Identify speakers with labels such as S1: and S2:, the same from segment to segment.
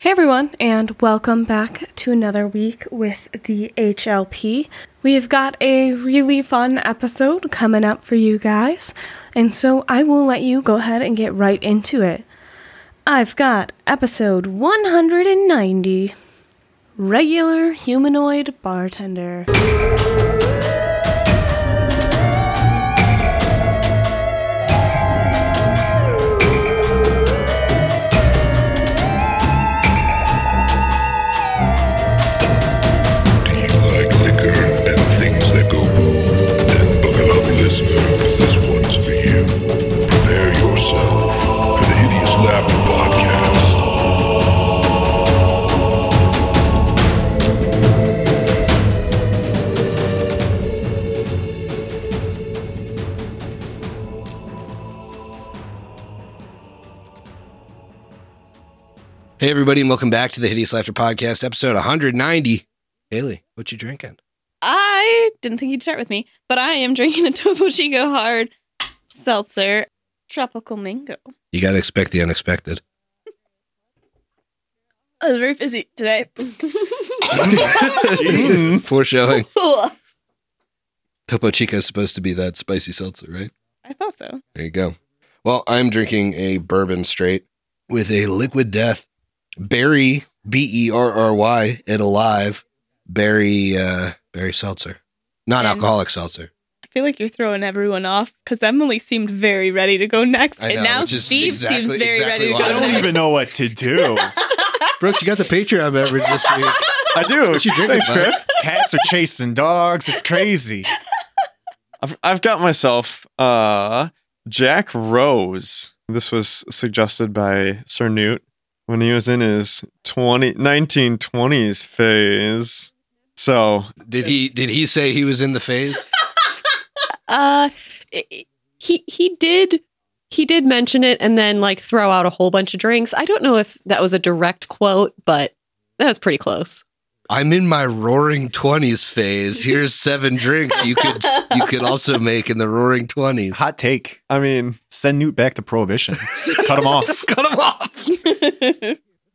S1: Hey everyone, and welcome back to another week with the HLP. We've got a really fun episode coming up for you guys, and so I will let you go ahead and get right into it. I've got episode 190 Regular Humanoid Bartender.
S2: Do you like liquor and things that go boom? Then buckle up, listener. This one's for you. Prepare yourself for the Hideous Laughter Podcast.
S3: Hey, everybody, and welcome back to the Hideous Laughter Podcast, episode 190. Haley, what you drinking?
S4: I didn't think you'd start with me, but I am drinking a Topo Chico hard seltzer, tropical mango.
S3: You got to expect the unexpected.
S4: I was very busy today.
S3: Mm-hmm. Foreshadowing.
S4: I
S3: Topo Chico is supposed to be that spicy seltzer, right?
S4: thought so.
S3: There you go. Well, I'm drinking a bourbon straight with a liquid death berry, B E R R Y, and alive berry, uh, berry seltzer, non alcoholic seltzer.
S4: I feel like you're throwing everyone off because Emily seemed very ready to go next,
S3: I know,
S4: and now
S3: which is
S4: Steve
S3: exactly-
S4: seems very
S3: exactly
S4: ready to
S3: why
S4: go
S5: I don't
S4: next.
S5: even know what to do.
S3: Brooks, you got the Patreon beverage this week.
S5: I do.
S3: What you drinking,
S5: Thanks,
S3: bud?
S5: Griff. Cats are chasing dogs. It's crazy.
S6: I've, I've got myself uh Jack Rose. This was suggested by Sir Newt when he was in his 20, 1920s phase. So
S3: Did he did he say he was in the phase?
S7: Uh, i- i- he he did he did mention it and then like throw out a whole bunch of drinks. I don't know if that was a direct quote, but that was pretty close.
S3: I'm in my roaring twenties phase. Here's seven drinks you could you could also make in the roaring twenties.
S5: Hot take.
S6: I mean,
S5: Send Newt back to Prohibition. Cut him off.
S3: Cut them off.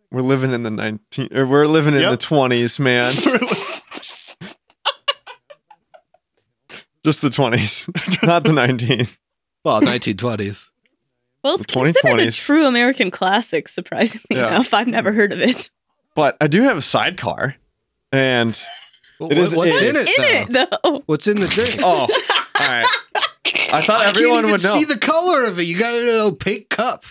S6: we're living in the 19 or we're living in
S5: Yep.
S6: the 20s, man. Just the 20s, not the 19th.
S3: Well, 1920s.
S4: Well, it's
S6: The
S4: considered a
S6: 2020s.
S4: true American classic, surprisingly
S6: Yeah.
S4: enough. I've never heard of it.
S6: But I do have a sidecar and It is-
S3: what's
S6: it-
S3: in it?
S4: In
S3: though?
S4: it, though.
S3: What's in the drink?
S6: oh, all right. I thought
S3: I
S6: everyone
S3: can't even
S6: would know.
S3: see the color of it. You got a little opaque cup.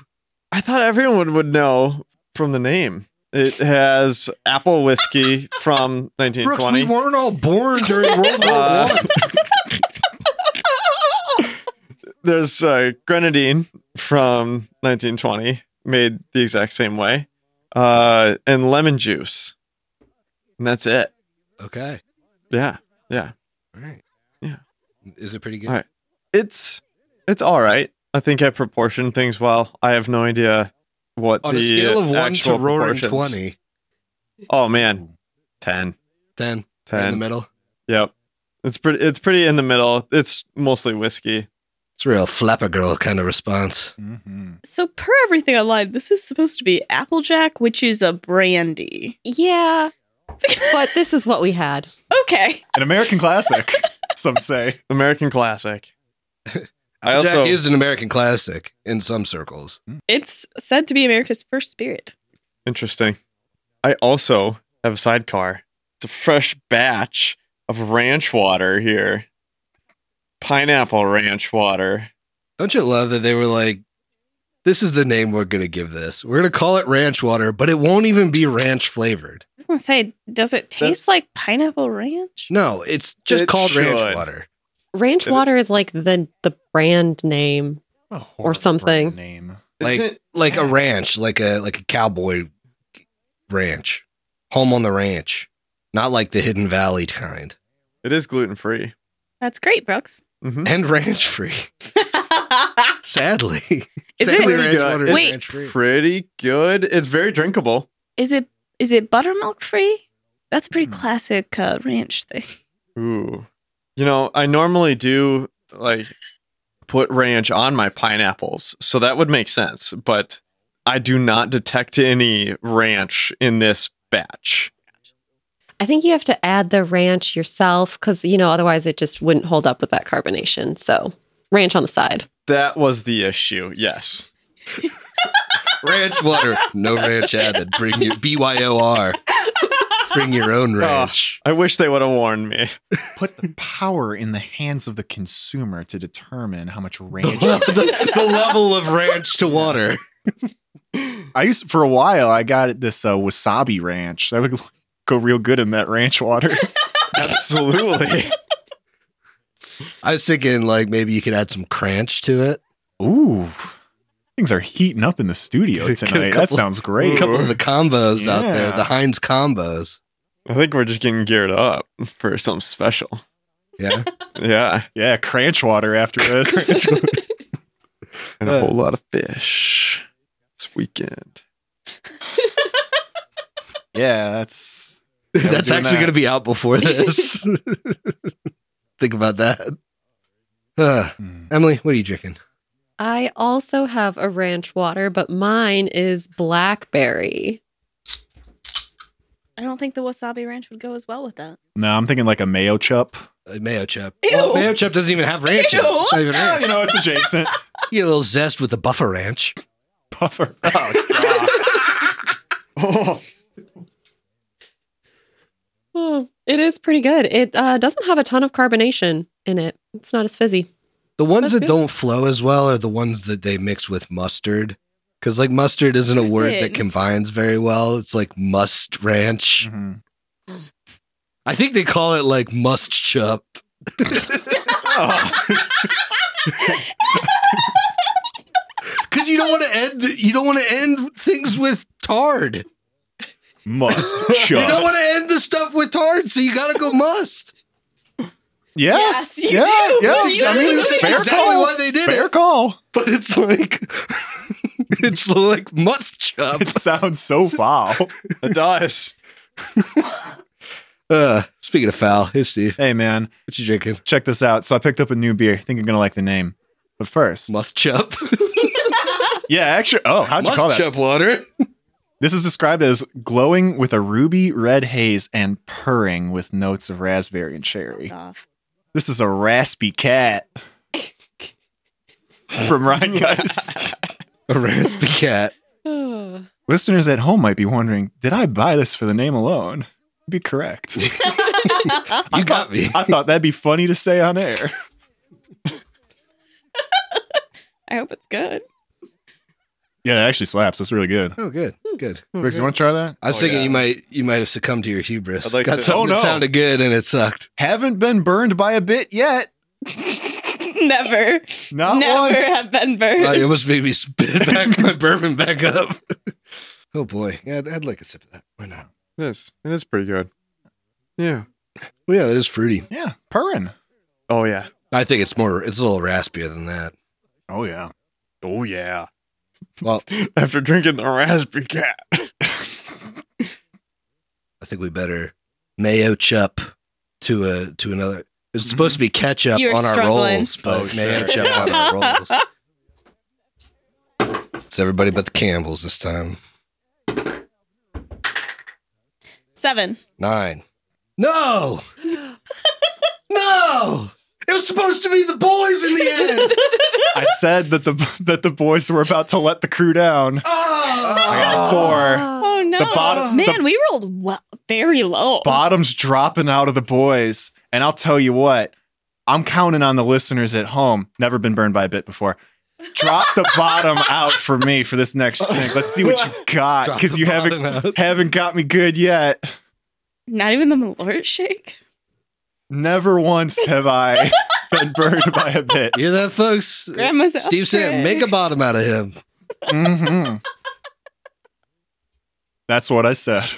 S6: I thought everyone would know from the name. It has apple whiskey from
S3: Brooks, we
S6: 1920.
S3: weren't all born during World War
S6: Uh,
S3: One.
S6: There's uh, grenadine from 1920, made the exact same way, uh, and lemon juice. And that's it.
S3: Okay.
S6: Yeah, yeah.
S3: All right.
S6: Yeah.
S3: Is it pretty good?
S6: All right. It's it's all right. I think I proportion things well. I have no idea what
S3: On
S6: the uh,
S3: a scale of one to
S6: actual
S3: roaring
S6: proportions-
S3: twenty,
S6: Oh man, 10.
S3: ten in
S6: 10.
S3: the middle.
S6: Yep. It's pretty it's pretty in the middle. It's mostly whiskey.
S3: It's a real flapper girl kind of response.
S5: Mhm.
S4: So, per everything online, this is supposed to be Applejack, which is a brandy.
S7: Yeah, but this is what we had.
S4: Okay.
S5: An American classic, some say.
S6: American classic. I
S3: Jack
S6: also-
S3: is an American classic in some circles.
S4: It's said to be America's first spirit.
S6: Interesting. I also have a sidecar. It's a fresh batch of ranch water here. Pineapple ranch water.
S3: Don't you love that they were like, this is the name we're going to give this. We're going to call it ranch water, but it won't even be ranch flavored.
S4: I was gonna say, does it taste
S6: That's-
S4: like pineapple ranch?
S3: No, it's just
S6: It
S3: called ranch
S6: should.
S3: water.
S7: Ranch
S6: Did it-
S7: water is like the the brand name.
S5: What a horrible
S7: something.
S5: brand Name.
S3: Like
S6: Isn't it-
S3: like a ranch, like a like a cowboy ranch. Home on the ranch. Not like the Hidden Valley kind.
S6: it is gluten free.
S4: That's great, Brooks.
S6: hmm
S3: And ranch free. Sadly.
S4: Is it-
S3: Sadly,
S6: Pretty
S3: ranch
S6: good.
S3: water
S6: It's
S4: Wait.
S3: ranch free.
S6: Pretty good. It's very drinkable.
S4: is it is it buttermilk free? That's a pretty
S5: Hmm.
S4: classic uh, ranch thing.
S6: Ooh. You know, I normally do like put ranch on my pineapples, so that would make sense. But I do not detect any ranch in this batch.
S7: I think you have to add the ranch yourself because, you know, otherwise it just wouldn't hold up with that carbonation. So, ranch on the side.
S6: That was the issue. Yes.
S3: ranch water, no ranch added. Bring your BYOR. Bring your
S6: Oh.
S3: own ranch.
S6: I wish they would have warned me.
S5: Put the power in the hands of the consumer to determine how much ranch.
S3: the, the level of ranch to water.
S5: I used for a while. I got this uh, wasabi ranch. That would go real good in that ranch water.
S6: Absolutely.
S3: I was thinking like maybe you could add some cranch to it.
S5: Ooh, things are heating up in the studio tonight. that
S3: Couple-
S5: sounds
S3: A
S5: great.
S3: couple of the combos out there,
S5: Yeah.
S3: the Heinz combos.
S6: I think we're just getting geared up for something special.
S3: Yeah.
S6: Yeah.
S5: Yeah, cranch water after this.
S6: And a whole lot of fish this weekend.
S5: yeah, that's we're
S3: That's
S5: doing
S3: actually
S5: that.
S3: going to be out before this. Think about that. Uh,
S5: Hmm.
S3: Emily, what are you drinking?
S7: I also have a ranch water, but mine is blackberry.
S4: I don't think the wasabi ranch would go as well with that.
S5: no. I'm thinking like a mayo chup.
S3: Uh, mayo chip.
S4: Ew.
S3: Well, mayo chip doesn't even have ranch. in it. It's not even
S5: Yeah,
S3: ranch.
S5: you know, it's adjacent.
S3: You get a little zest with the buffer ranch.
S5: Puffer. Oh,
S6: Oh,
S7: Oh, it is pretty good. It uh, doesn't have a ton of carbonation in it. It's not as fizzy.
S3: The ones
S7: That's
S3: that
S7: good.
S3: don't flow as well are the ones that they mix with mustard. Because like mustard isn't a word that
S4: Thing.
S3: combines very well. It's like must ranch.
S4: Mm-hmm.
S5: Mhm.
S3: I think they call it like must chup. Because you don't want to end. You don't want to end things with tard.
S5: Must
S3: You don't
S5: chup.
S3: want to end the stuff with tard, so you gotta go must.
S5: Yeah.
S4: Yes, you
S5: yeah,
S4: do.
S5: Yeah,
S4: That's
S5: I
S4: exactly-
S5: mean,
S4: that's
S5: fair
S3: exactly
S5: call.
S3: why they did
S5: fair
S3: it.
S5: call.
S3: But it's like it's like must chup.
S5: It sounds so foul.
S6: it does.
S3: Uh, speaking of foul, hey Steve,
S5: hey, man,
S3: what you drinking?
S5: check this out. So I picked up a new beer. I think you're gonna like the name. But first,
S3: Must chup.
S5: yeah, actually, oh, how'd you call
S3: must
S5: that?
S3: chup water.
S5: This is described as glowing with a ruby red haze and purring with notes of raspberry and cherry.
S4: off.
S5: This is a raspy cat from Ryan Geist.
S3: A raspy cat.
S7: Oh.
S5: Listeners at home might be wondering, did I buy this for the name alone? Be correct.
S3: You got me.
S5: I thought that'd be funny to say on air.
S4: I hope it's good.
S5: Yeah, it actually slaps. That's really good.
S3: Oh, good, good.
S5: Briggs, you want to try that?
S3: I was
S6: Oh,
S3: thinking
S6: yeah.
S3: you might you might have succumbed to your hubris.
S6: I'd like
S3: got
S6: to-
S3: something
S5: Oh,
S3: that
S5: no.
S3: sounded good and it sucked.
S5: Haven't been burned by a bit yet.
S4: Never,
S5: Not
S4: never
S5: once.
S4: have been burned.
S3: Uh, it almost made me spit back my bourbon back up. oh boy, yeah, I'd, I'd like a sip of that. Why not?
S6: It is. It is pretty good. Yeah.
S3: Well, yeah, that is fruity.
S5: yeah, purring.
S6: Oh, yeah.
S3: I think it's more. It's a little raspier than that.
S5: Oh, yeah.
S6: Oh, yeah.
S3: Well,
S6: After drinking the raspberry cat.
S3: I think we better mayo chup to a to another. It's supposed to be ketchup
S4: You're
S3: on our
S4: struggling.
S3: rolls, but
S5: Oh, sure.
S3: mayo chup on our rolls. It's everybody but the Campbells this time.
S4: Seven.
S3: Nine. No, no. It was supposed to be the boys in the end.
S5: I said that the that the boys were about to let the crew down. I
S3: Oh,
S5: got four.
S4: Oh no,
S5: The bottom-
S4: man, we rolled well, very low.
S5: Bottoms dropping out of the boys. And I'll tell you what, I'm counting on the listeners at home. Never been burned by a bit before. Drop the bottom out for me for this next drink. Let's see what you got
S3: Drop
S5: because
S3: the
S5: you haven't
S3: bottom out.
S5: haven't got me good yet.
S4: Not even the Malort shake.
S5: Never once have I been burned by a bit.
S3: You hear that, folks?
S4: Grandma's
S3: Steve said,
S4: Alfred.
S3: make a bottom out of him.
S5: hmm That's what I said.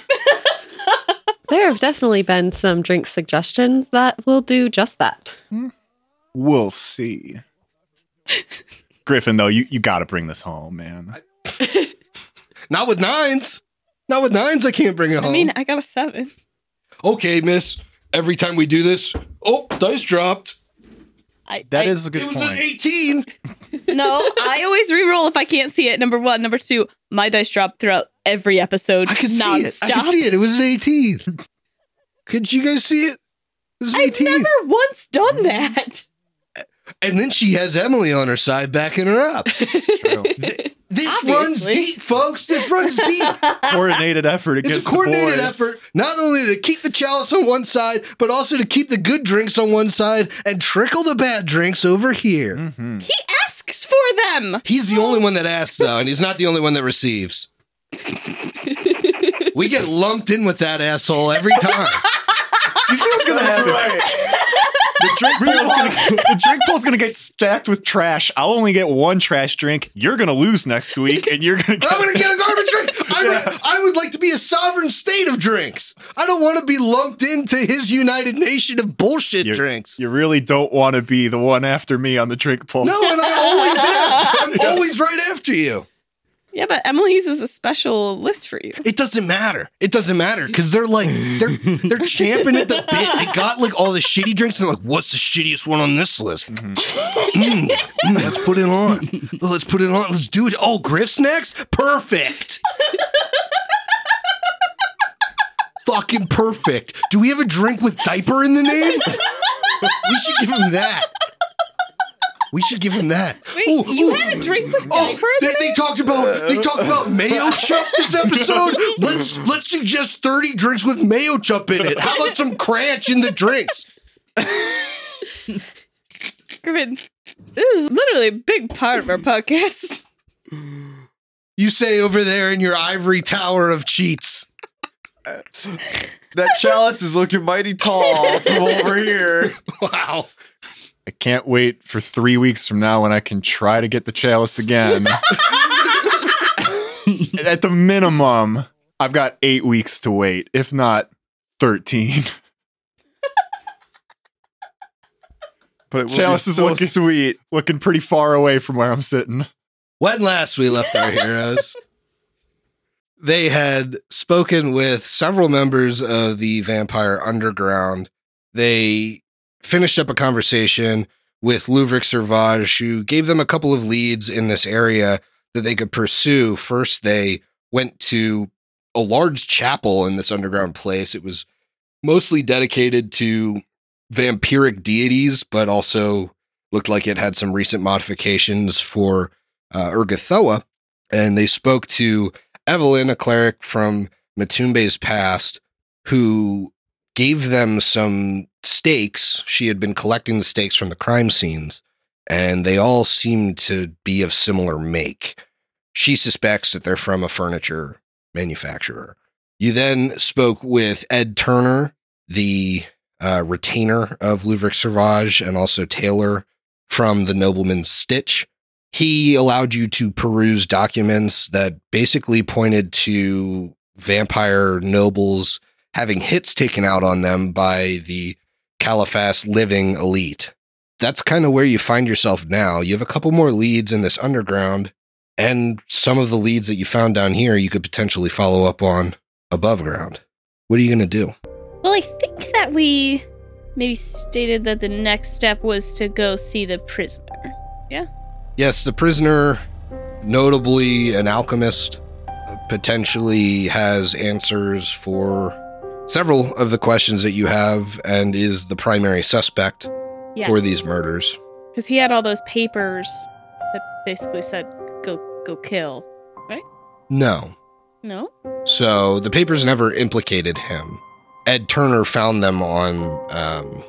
S7: There have definitely been some drink suggestions that will do just that.
S5: We'll see. Griffin, though, you, you got to bring this home, man.
S3: Not with nines. Not with nines, I can't bring it home.
S4: I mean, I got a seven.
S3: okay, miss, every time we do this, oh, dice dropped.
S4: I,
S5: That
S4: I-
S5: is a good
S3: it was an
S5: point.
S3: 18.
S4: no. I always re-roll if I can't see it. Number one, number two. My dice drop throughout every episode.
S3: I could see it. I
S4: nonstop.
S3: could see it. It was an 18. could you guys see it? It was an
S4: I've
S3: 18.
S4: never once done that.
S3: And then she has Emily on her side backing her up.
S5: True.
S3: This runs
S4: Obviously.
S3: deep, folks. This runs deep.
S5: coordinated effort against
S3: It's a coordinated
S5: the boys.
S3: effort, not only to keep the chalice on one side, but also to keep the good drinks on one side and trickle the bad drinks over here.
S5: Mhm.
S4: He asks for them.
S3: He's the only one that asks, though, and he's not the only one that receives. we get lumped in with that asshole every time.
S5: You see what's gonna happen? The drink pool's gonna, the drink pool's gonna get stacked with trash. I'll only get one trash drink. You're gonna lose next week, and you're gonna. Get,
S3: I'm going to get a garbage drink. I, would, I would like to be a sovereign state of drinks. I don't want to be lumped into his United Nation of bullshit
S5: You're-
S3: drinks.
S5: you really don't want to be the one after me on the drink pool.
S3: No, and I always am. I'm always right after you.
S4: Yeah, but Emily uses a special list for you.
S3: It doesn't matter. It doesn't matter because they're like they're they're champing at the bit. They got like all the shitty drinks and they're like, what's the shittiest one on this list?
S4: Mm-hmm.
S3: Mm, mm, let's put it on. Let's put it on. Let's do it. Oh, Griff's next. Perfect. Fucking perfect. Do we have a drink with diaper in the name? We should give him that. We should give him that.
S4: Wait,
S3: Ooh,
S4: you
S3: ooh.
S4: had a drink with
S3: Oh,
S4: diaper?
S3: they, they talked about they talked about mayo chup this episode. Let's let's suggest thirty drinks with mayo chup in it. How about some cranch in the drinks?
S4: Griffin, this is literally a big part of our podcast.
S3: You say over there in your ivory tower of cheats.
S6: That chalice is looking mighty tall from over here.
S3: Wow.
S5: I can't wait for three weeks from now when I can try to get the chalice again. At the minimum, I've got eight weeks to wait, if not thirteen.
S6: But it will be
S5: Chalice is
S6: so
S5: looking-
S6: sweet.
S5: Looking pretty far away from where I'm sitting.
S3: When last we left our heroes, they had spoken with several members of the Vampire Underground. They finished up a conversation with Louvric Servage, who gave them a couple of leads in this area that they could pursue. First, they went to a large chapel in this underground place. It was mostly dedicated to vampiric deities, but also looked like it had some recent modifications for uh, Urgathoa, and they spoke to Evelyn, a cleric from Matumbe's past, who gave them some stakes. She had been collecting the stakes from the crime scenes, and they all seem to be of similar make. She suspects that they're from a furniture manufacturer. You then spoke with Ed Turner, the uh, retainer of Louvric Servage, and also Taylor from the Nobleman's Stitch he allowed you to peruse documents that basically pointed to vampire nobles having hits taken out on them by the Caliphas living elite. That's kind of where you find yourself now. You have a couple more leads in this underground, and some of the leads that you found down here you could potentially follow up on above ground. What are you going to do?
S4: Well, I think that we maybe stated that the next step was to go see the prisoner.
S3: Yes, the prisoner, notably an alchemist, potentially has answers for several of the questions that you have and is the primary suspect
S4: Yeah.
S3: for these murders.
S4: Because he had all those papers that basically said, go, go kill.
S3: No.
S4: No?
S3: So the papers never implicated him. Ed Turner found them on um,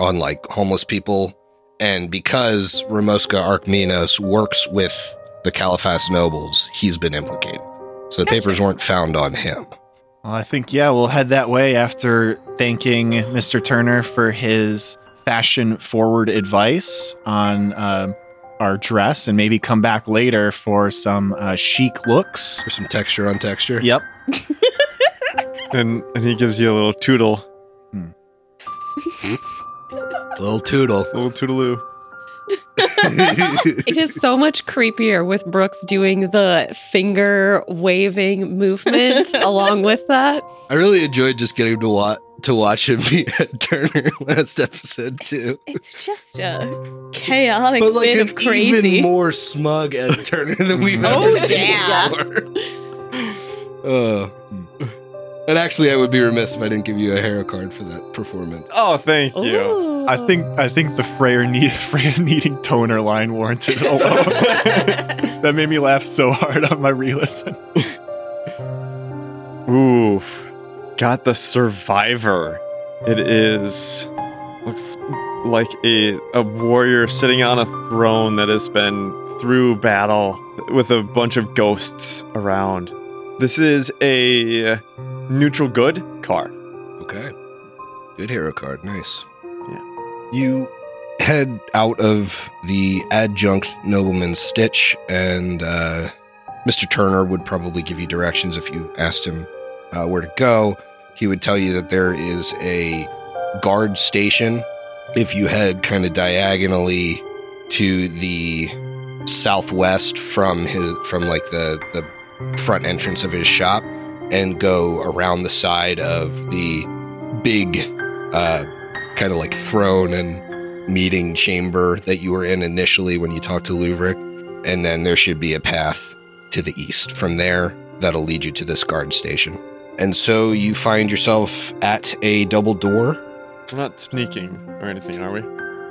S3: on like homeless people, and because Ramoska Arkminos works with the Caliphas nobles, he's been implicated. So the
S4: Gotcha.
S3: papers weren't found on him.
S5: Well, I think, yeah, we'll head that way after thanking Mr. Turner for his fashion forward advice on uh, our dress and maybe come back later for some uh, chic looks.
S3: There's some texture on texture.
S5: Yep.
S6: And and he gives you a little tootle.
S3: Little toodle.
S6: Little tootaloo.
S7: It is so much creepier with Brooks doing the finger waving movement along with that.
S3: I really enjoyed just getting to watch to watch him be Ed Turner last episode too.
S4: It's just a chaotic bit
S3: an
S4: of crazy.
S3: even more smug Ed Turner than we've
S6: Oh,
S3: ever seen
S4: yeah.
S3: before. Uh, and actually, I would be remiss if I didn't give you a hero card for that performance.
S6: Oh, thank you.
S7: Ooh.
S5: I think I think the Freyer need Freya needing toner line warranted it alone. that made me laugh so hard on my re-listen.
S6: Oof. Got the survivor. It is looks like a a warrior sitting on a throne that has been through battle with a bunch of ghosts around. This is a neutral good card.
S3: Okay. Good hero card. Nice.
S6: Yeah.
S3: You head out of the adjunct nobleman's stitch, and uh, Mr. Turner would probably give you directions if you asked him uh, where to go. He would tell you that there is a guard station if you head kind of diagonally to the southwest from his from like the the front entrance of his shop and go around the side of the big uh, kind of like throne and meeting chamber that you were in initially when you talked to Luvric. And then there should be a path to the east from there that'll lead you to this guard station. And so you find yourself at a double door.
S6: We're not sneaking or anything, are we?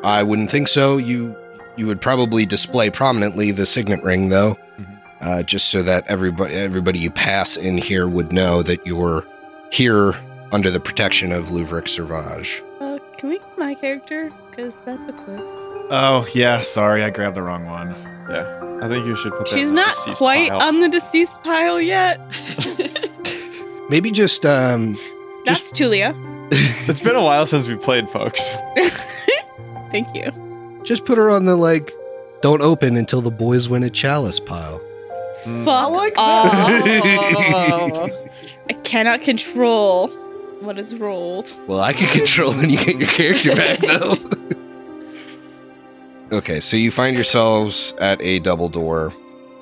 S3: I wouldn't think so. You you would probably display prominently the signet ring though,
S5: Mhm.
S3: uh, just so that everybody everybody you pass in here would know that you're here under the protection of Luvric Servage.
S4: Uh, can we get my character? Because that's Eclipse.
S5: Oh yeah, sorry, I grabbed the wrong one.
S6: I think you should put that
S4: She's
S6: in the
S4: not
S6: deceased
S4: quite
S6: pile.
S4: on the deceased pile yet.
S3: Maybe just um,
S4: That's Tulia.
S6: It's been a while since we played, folks.
S4: Thank you.
S3: Just put her on the like, don't open until the boys win a chalice pile.
S4: Fuck off. I cannot control what is rolled.
S3: Well, I can control when you get your character back, though. okay, so you find yourselves at a double door.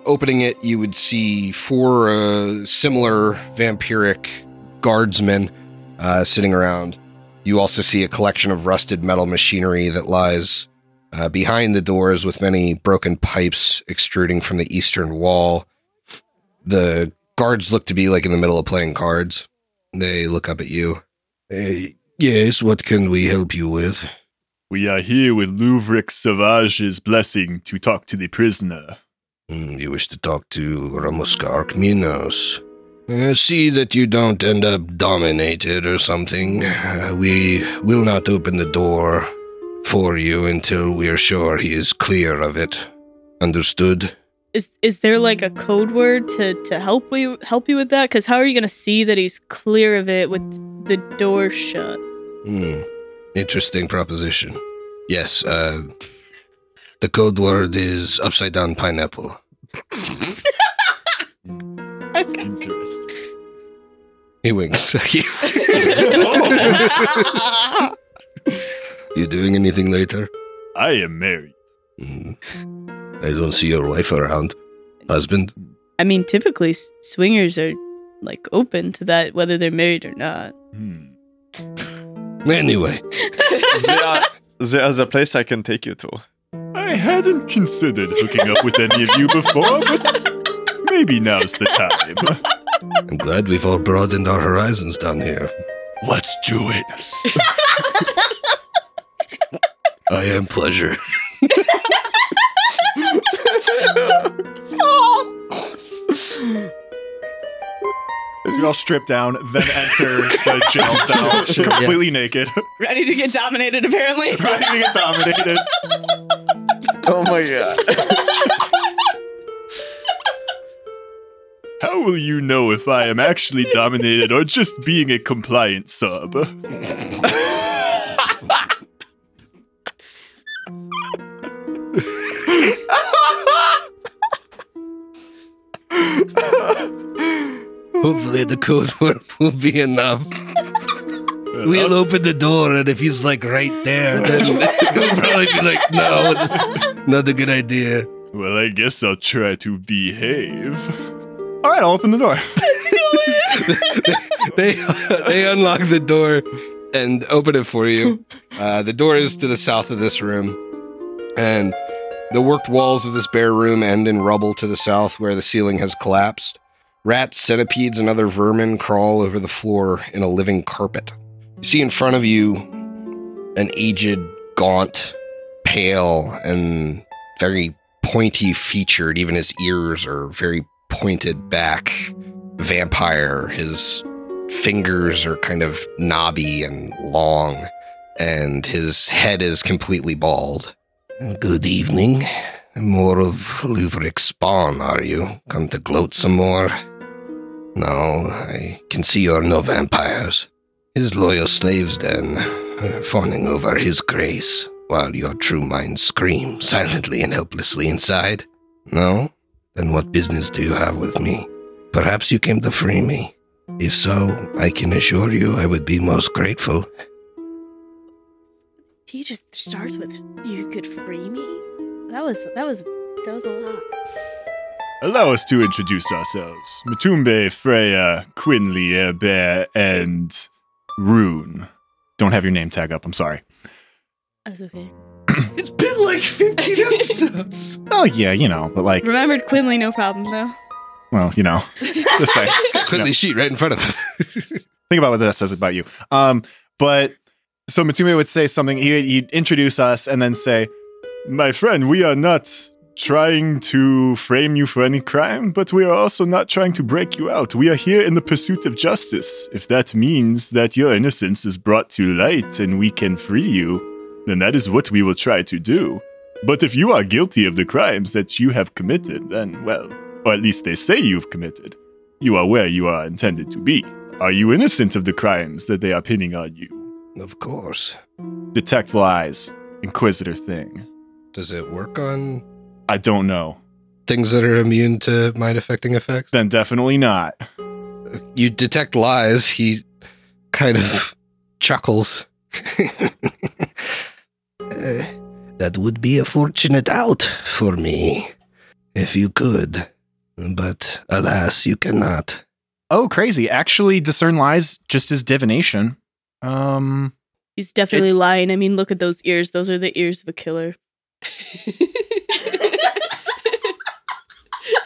S3: Opening it, you would see four uh, similar vampiric guardsmen uh, sitting around. You also see a collection of rusted metal machinery that lies uh, behind the doors with many broken pipes extruding from the eastern wall. The guards look to be like in the middle of playing cards. They look up at you. yes, what can we help you with?
S5: We are here with Louvric Savage's blessing to talk to the prisoner.
S3: Hmm, you wish to talk to Ramuska Arkminos. Uh, see that you don't end up dominated or something. Uh, we will not open the door for you until we are sure he is clear of it. Understood?
S4: Is is there like a code word to to help you help you with that? Because how are you gonna see that he's clear of it with the door shut?
S3: Hmm. Interesting proposition. Yes, uh, the code word is upside down pineapple.
S4: Okay.
S5: Interest.
S3: He winks at you doing anything later?
S5: I am married.
S3: Mm. I don't see your wife around. Husband?
S4: I mean, typically s- swingers are like open to that, whether they're married or not.
S5: Hmm.
S3: Anyway,
S6: there, there is a place I can take you to.
S5: I hadn't considered hooking up with any of you before, but maybe now's the time.
S3: I'm glad we've all broadened our horizons down here.
S5: Let's do it.
S3: I am pleasure.
S5: As we all strip down, then enter the jail cell completely naked,
S4: Ready to get dominated, apparently.
S5: ready to get dominated.
S6: Oh my god.
S5: How will you know if I am actually dominated or just being a compliant sub?
S3: Hopefully, the code word will be enough. We'll open the door, and if he's like right there, then he'll probably be like, no. this- Not a good idea.
S5: Well, I guess I'll try to behave. All right, I'll open the door.
S3: they they unlock the door and open it for you. Uh, the door is to the south of this room, and the worked walls of this bare room end in rubble to the south, where the ceiling has collapsed. Rats, centipedes, and other vermin crawl over the floor in a living carpet. You see in front of you an aged, gaunt, pale, and very pointy featured, even his ears are very pointed back, vampire. His fingers are kind of knobby and long, and his head is completely bald. Good evening. More of Luvric spawn, are you? Come to gloat some more? No, I can see you're no vampires. His loyal slaves, then, uh, fawning over his grace, while your true minds scream silently and helplessly inside. No? Then what business do you have with me? Perhaps you came to free me. If so, I can assure you I would be most grateful.
S4: He just starts with "You could free me." That was that was that was a lot.
S5: Allow us to introduce ourselves. Matumbe, Freya, Quinley, Airbear, and Rune. Don't have your name tag up, I'm sorry.
S4: That's okay.
S3: It's been like 15 episodes.
S5: Oh, yeah, you know, but like,
S4: Remembered Quinley, no problem though.
S5: well, you know, the same.
S3: Quickly sheet right in front of him.
S5: think about what that says about you. Um, but so Matume would say something. He, he'd introduce us and then say, "My friend, we are not trying to frame you for any crime, but we are also not trying to break you out. We are here in the pursuit of justice. If that means that your innocence is brought to light and we can free you, then that is what we will try to do. But if you are guilty of the crimes that you have committed, then well, or at least they say you've committed, you are where you are intended to be." Are you innocent of the crimes that they are pinning on you?
S3: Of course.
S5: Detect lies, Inquisitor thing.
S3: Does it work on
S5: I don't know.
S3: things that are immune to mind affecting effects?
S5: Then definitely not.
S3: You detect lies. He kind of chuckles. Uh, that would be a fortunate out for me if you could. But alas, you cannot.
S5: Oh, crazy. Actually, discern lies just is divination. Um,
S4: He's definitely lying. I mean, look at those ears. Those are the ears of a killer.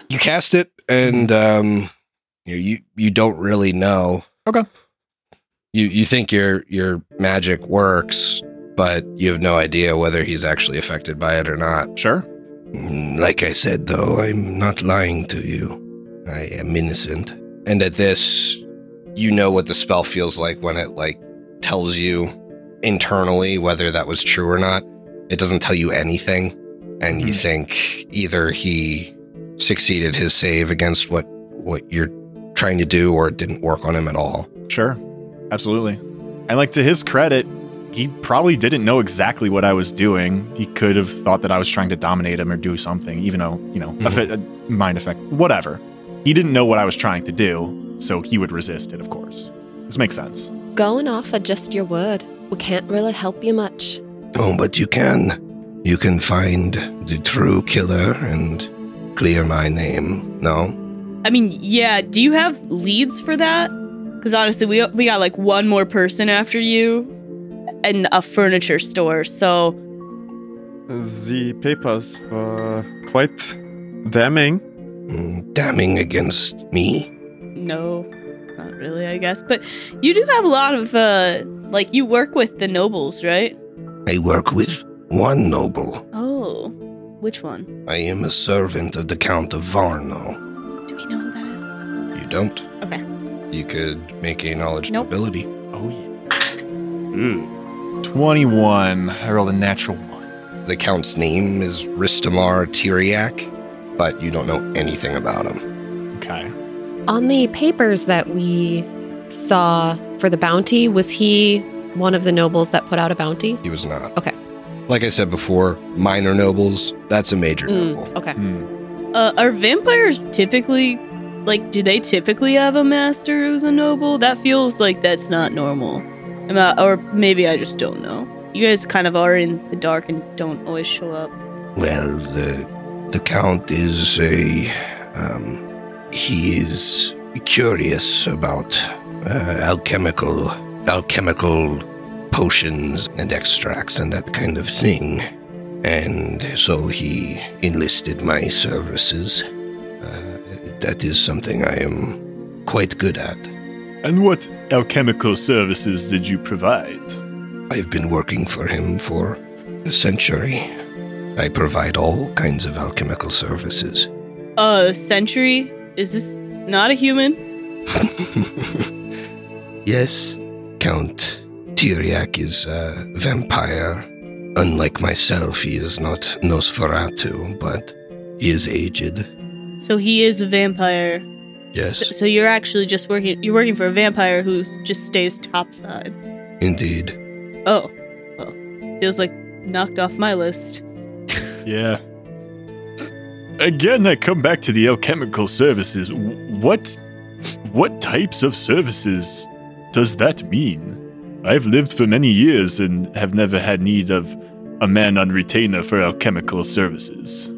S3: You cast it, and um, you you, you don't really know.
S5: Okay.
S3: You you think your your magic works, but you have no idea whether he's actually affected by it or not.
S5: sure.
S3: Mm, Like I said, though, I'm not lying to you. I am innocent. And at this, you know what the spell feels like when it like tells you internally whether that was true or not. It doesn't tell you anything, and you think either he succeeded his save against what what you're trying to do, or it didn't work on him at all.
S5: Sure. Absolutely. And like to his credit, he probably didn't know exactly what I was doing. He could have thought that I was trying to dominate him or do something, even though, you know, affe- uh, mind effect, whatever. He didn't know what I was trying to do, so he would resist it, of course. This makes sense.
S7: Going off of just your word, we can't really help you much.
S3: Oh, but you can. You can find the true killer and clear my name. No.
S4: I mean, yeah. Do you have leads for that? Because honestly, we we got like one more person after you, and a furniture store. So
S6: The papers were quite damning.
S3: Mm, damning against me.
S4: no, not really, I guess. But you do have a lot of uh, like you work with the nobles, right?
S3: I work with one noble.
S4: Oh, which one?
S3: I am a servant of the Count of Varno.
S4: Do we know who that is?
S3: You don't?
S4: Okay.
S3: You could make a knowledge
S4: Nope.
S3: ability.
S5: Oh, yeah. 21. I rolled a natural one.
S3: The Count's name is Ristamar Tyriak, but you don't know anything about him.
S5: Okay.
S7: On the papers that we saw for the bounty, was he one of the nobles that put out a bounty?
S3: He was not.
S7: Okay.
S3: Like I said before, minor nobles, that's a major
S7: Mm,
S3: noble.
S7: okay.
S5: Hmm.
S4: Uh, are vampires typically like? Do they typically have a master who's a noble? That feels like that's not normal. Am I, or maybe I just don't know. You guys kind of are in the dark and don't always show up.
S2: Well, the the count is a um, he is curious about uh, alchemical alchemical potions and extracts and that kind of thing, and so he enlisted my services. Uh, that is something I am quite good at.
S5: And what alchemical services did you provide?
S2: I've been working for him for a century. I provide all kinds of alchemical services.
S4: Uh, Sentry, is this not a human?
S2: yes, Count Tyriak is a vampire. Unlike myself, he is not Nosferatu, but he is aged.
S4: So he is a vampire.
S2: Yes,
S4: So you're actually just working. You're working for a vampire who just stays topside.
S2: indeed.
S4: Oh, well, feels like knocked off my list.
S5: Yeah. Again, I come back to the alchemical services. W- What, what types of services does that mean? I've lived for many years and have never had need of a man on retainer for alchemical services.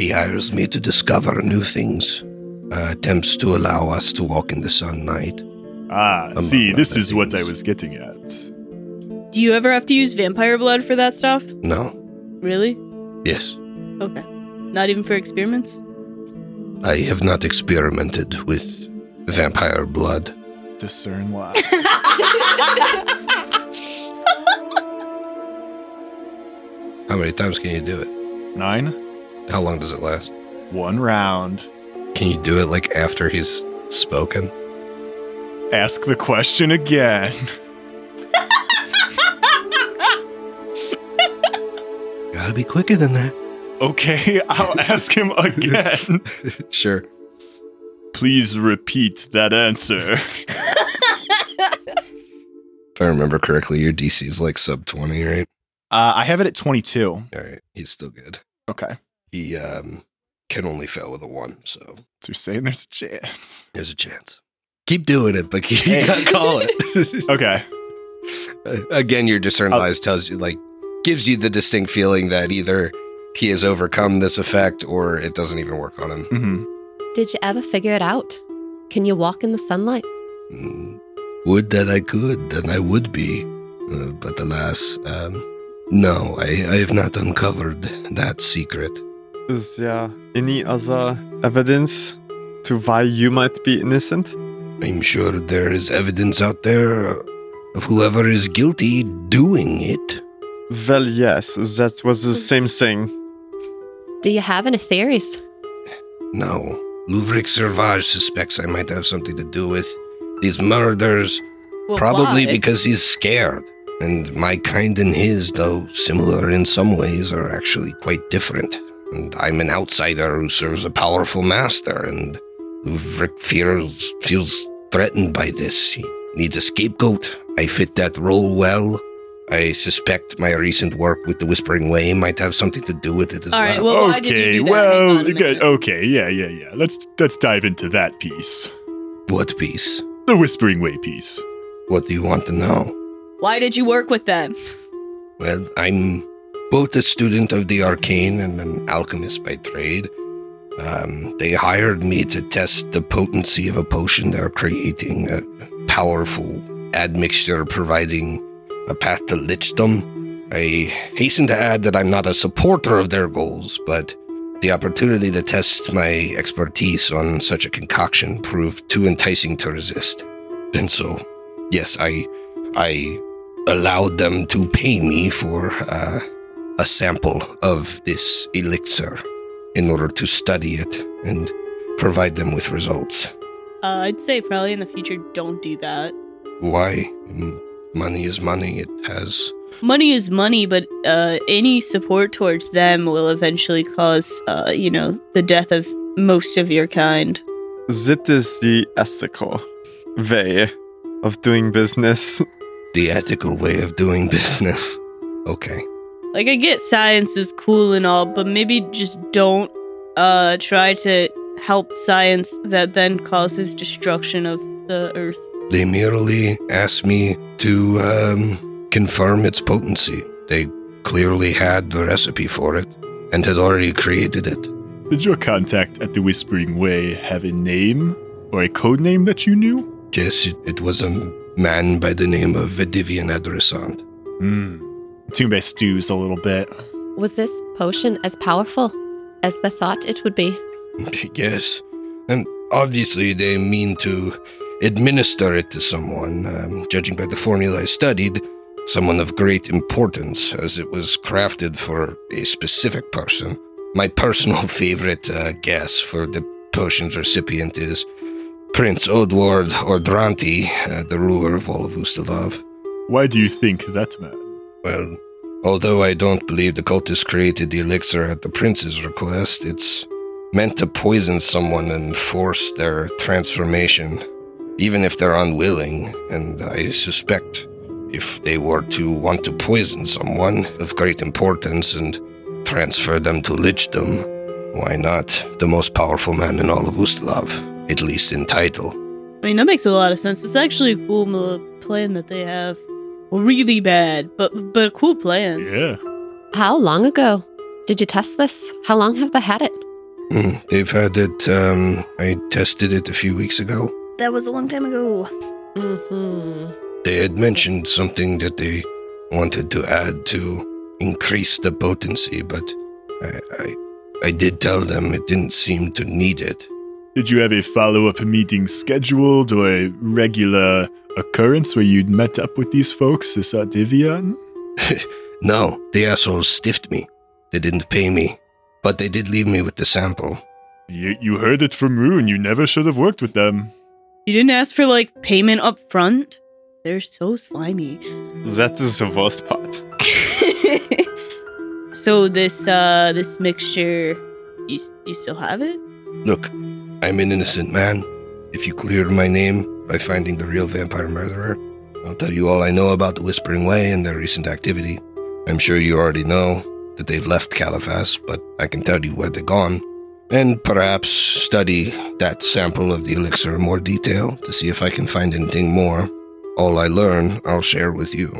S2: He hires me to discover new things, uh, attempts to allow us to walk in the sunlight.
S5: Ah,
S2: Among
S5: see, this
S2: other
S5: is what I
S2: things.
S5: was getting at.
S4: Do you ever have to use vampire blood for that stuff?
S2: No,
S4: Really?
S2: yes,
S4: Okay. Not even for experiments?
S2: I have not experimented with vampire blood.
S5: Discern why.
S2: How many times can you do it?
S5: Nine,
S2: How long does it last?
S5: one round.
S2: Can you do it like after he's spoken?
S5: Ask the question again.
S2: Gotta be quicker than that.
S5: Okay, I'll ask him again.
S2: Sure.
S5: Please repeat that answer.
S2: If I remember correctly, your DC is like sub 20, right?
S5: Uh, I have it at 22.
S2: All right. He's still good.
S5: Okay.
S2: He um, can only fail with a one, so
S5: So you're saying there's a chance.
S2: there's a chance. Keep doing it, but you
S5: Hey.
S2: gotta call it.
S5: Okay.
S2: Again, your discern
S5: Oh.
S2: lies tells you, like, gives you the distinct feeling that either he has overcome this effect or it doesn't even work on him.
S5: hmm
S7: Did you ever figure it out? Can you walk in the sunlight?
S2: Mm, Would that I could, then I would be. Uh, but alas, um, no, I, I have not uncovered that secret.
S6: Is there any other evidence to why you might be innocent?
S2: I'm sure there is evidence out there of whoever is guilty doing it.
S6: Well, yes, that was the same thing.
S7: Do you have any theories?
S2: No, Luvrik Servage suspects I might have something to do with these murders,
S4: Well,
S2: probably
S4: why?
S2: because he's scared. And my kind and his, though similar in some ways, are actually quite different. And I'm an outsider who serves a powerful master, and Luvrik fears, feels threatened by this. He needs a scapegoat. I fit that role well. I suspect my recent work with the Whispering Way might have something to do with it as
S4: All
S2: well.
S4: right, well, why did
S5: okay.
S4: you do that? Hang on
S5: Well,
S4: a
S5: good.
S4: minute.
S5: Okay. Yeah. Yeah. Yeah. Let's let's dive into that piece,
S2: What piece?
S5: the Whispering Way piece.
S2: What do you want to know?
S4: Why did you work with them?
S2: Well, I'm both a student of the arcane and an alchemist by trade. Um, they hired me to test the potency of a potion they're creating, a powerful admixture providing a path to lichdom. I hasten to add that I'm not a supporter of their goals, but the opportunity to test my expertise on such a concoction proved too enticing to resist. And so, yes, I, I allowed them to pay me for uh, a sample of this elixir in order to study it and provide them with results.
S4: Uh, I'd say probably in the future, don't do that.
S2: Why? M- Money is money. It has.
S4: Money is money, but uh, any support towards them will eventually cause, uh, you know, the death of most of your kind.
S6: That is the ethical way of doing business.
S2: The ethical way of doing business. Okay.
S4: Like, I get science is cool and all, but maybe just don't uh, try to help science that then causes destruction of the earth.
S2: They merely asked me to um, confirm its potency. They clearly had the recipe for it. and has already created it.
S5: Did your contact at the Whispering Way have a name or a code name that you knew?
S2: Yes, it, it was a man by the name of Vedivian Adresant.
S5: Hmm. Tumbe stews a little bit.
S7: Was this potion as powerful as the thought it would be?
S2: Yes, and obviously they mean to administer it to someone. Um, judging by the formula I studied, someone of great importance, as it was crafted for a specific person. My personal favorite uh, guess for the potion's recipient is Prince Odward Ordranti, uh, the ruler of all of Ustalav.
S5: Why do you think that man?
S2: Well, although I don't believe the cultists created the elixir at the prince's request, it's meant to poison someone and force their transformation, even if they're unwilling. And I suspect if they were to want to poison someone of great importance and transfer them to lichdom, why not the most powerful man in all of Ustalav, at least in title?
S4: I mean, that makes a lot of sense. It's actually a cool mo- plan that they have. Really bad, but but a cool plan.
S5: Yeah.
S7: How long ago did you test this? How long have they had it?
S2: Hmm, they've had it, um, I tested it a few weeks ago.
S3: That was a long time ago.
S7: Mm-hmm.
S2: They had mentioned something that they wanted to add to increase the potency, but I, I, I did tell them it didn't seem to need it.
S5: Did you have a follow up meeting scheduled or a regular occurrence where you'd met up with these folks, this Ardivian?
S2: No, the assholes stiffed me. They didn't pay me, but they did leave me with the sample.
S5: You, you heard it from Rune. You never should have worked with them.
S4: You didn't ask for like payment up front. They're so slimy.
S6: That is the worst part.
S4: So this uh this mixture, you you still have it?
S2: Look, I'm an innocent man. If you clear my name by finding the real vampire murderer, I'll tell you all I know about the Whispering Way and their recent activity. I'm sure you already know that they've left Califas, but I can tell you where they're gone. And perhaps study that sample of the elixir in more detail to see if I can find anything more. All I learn, I'll share with you.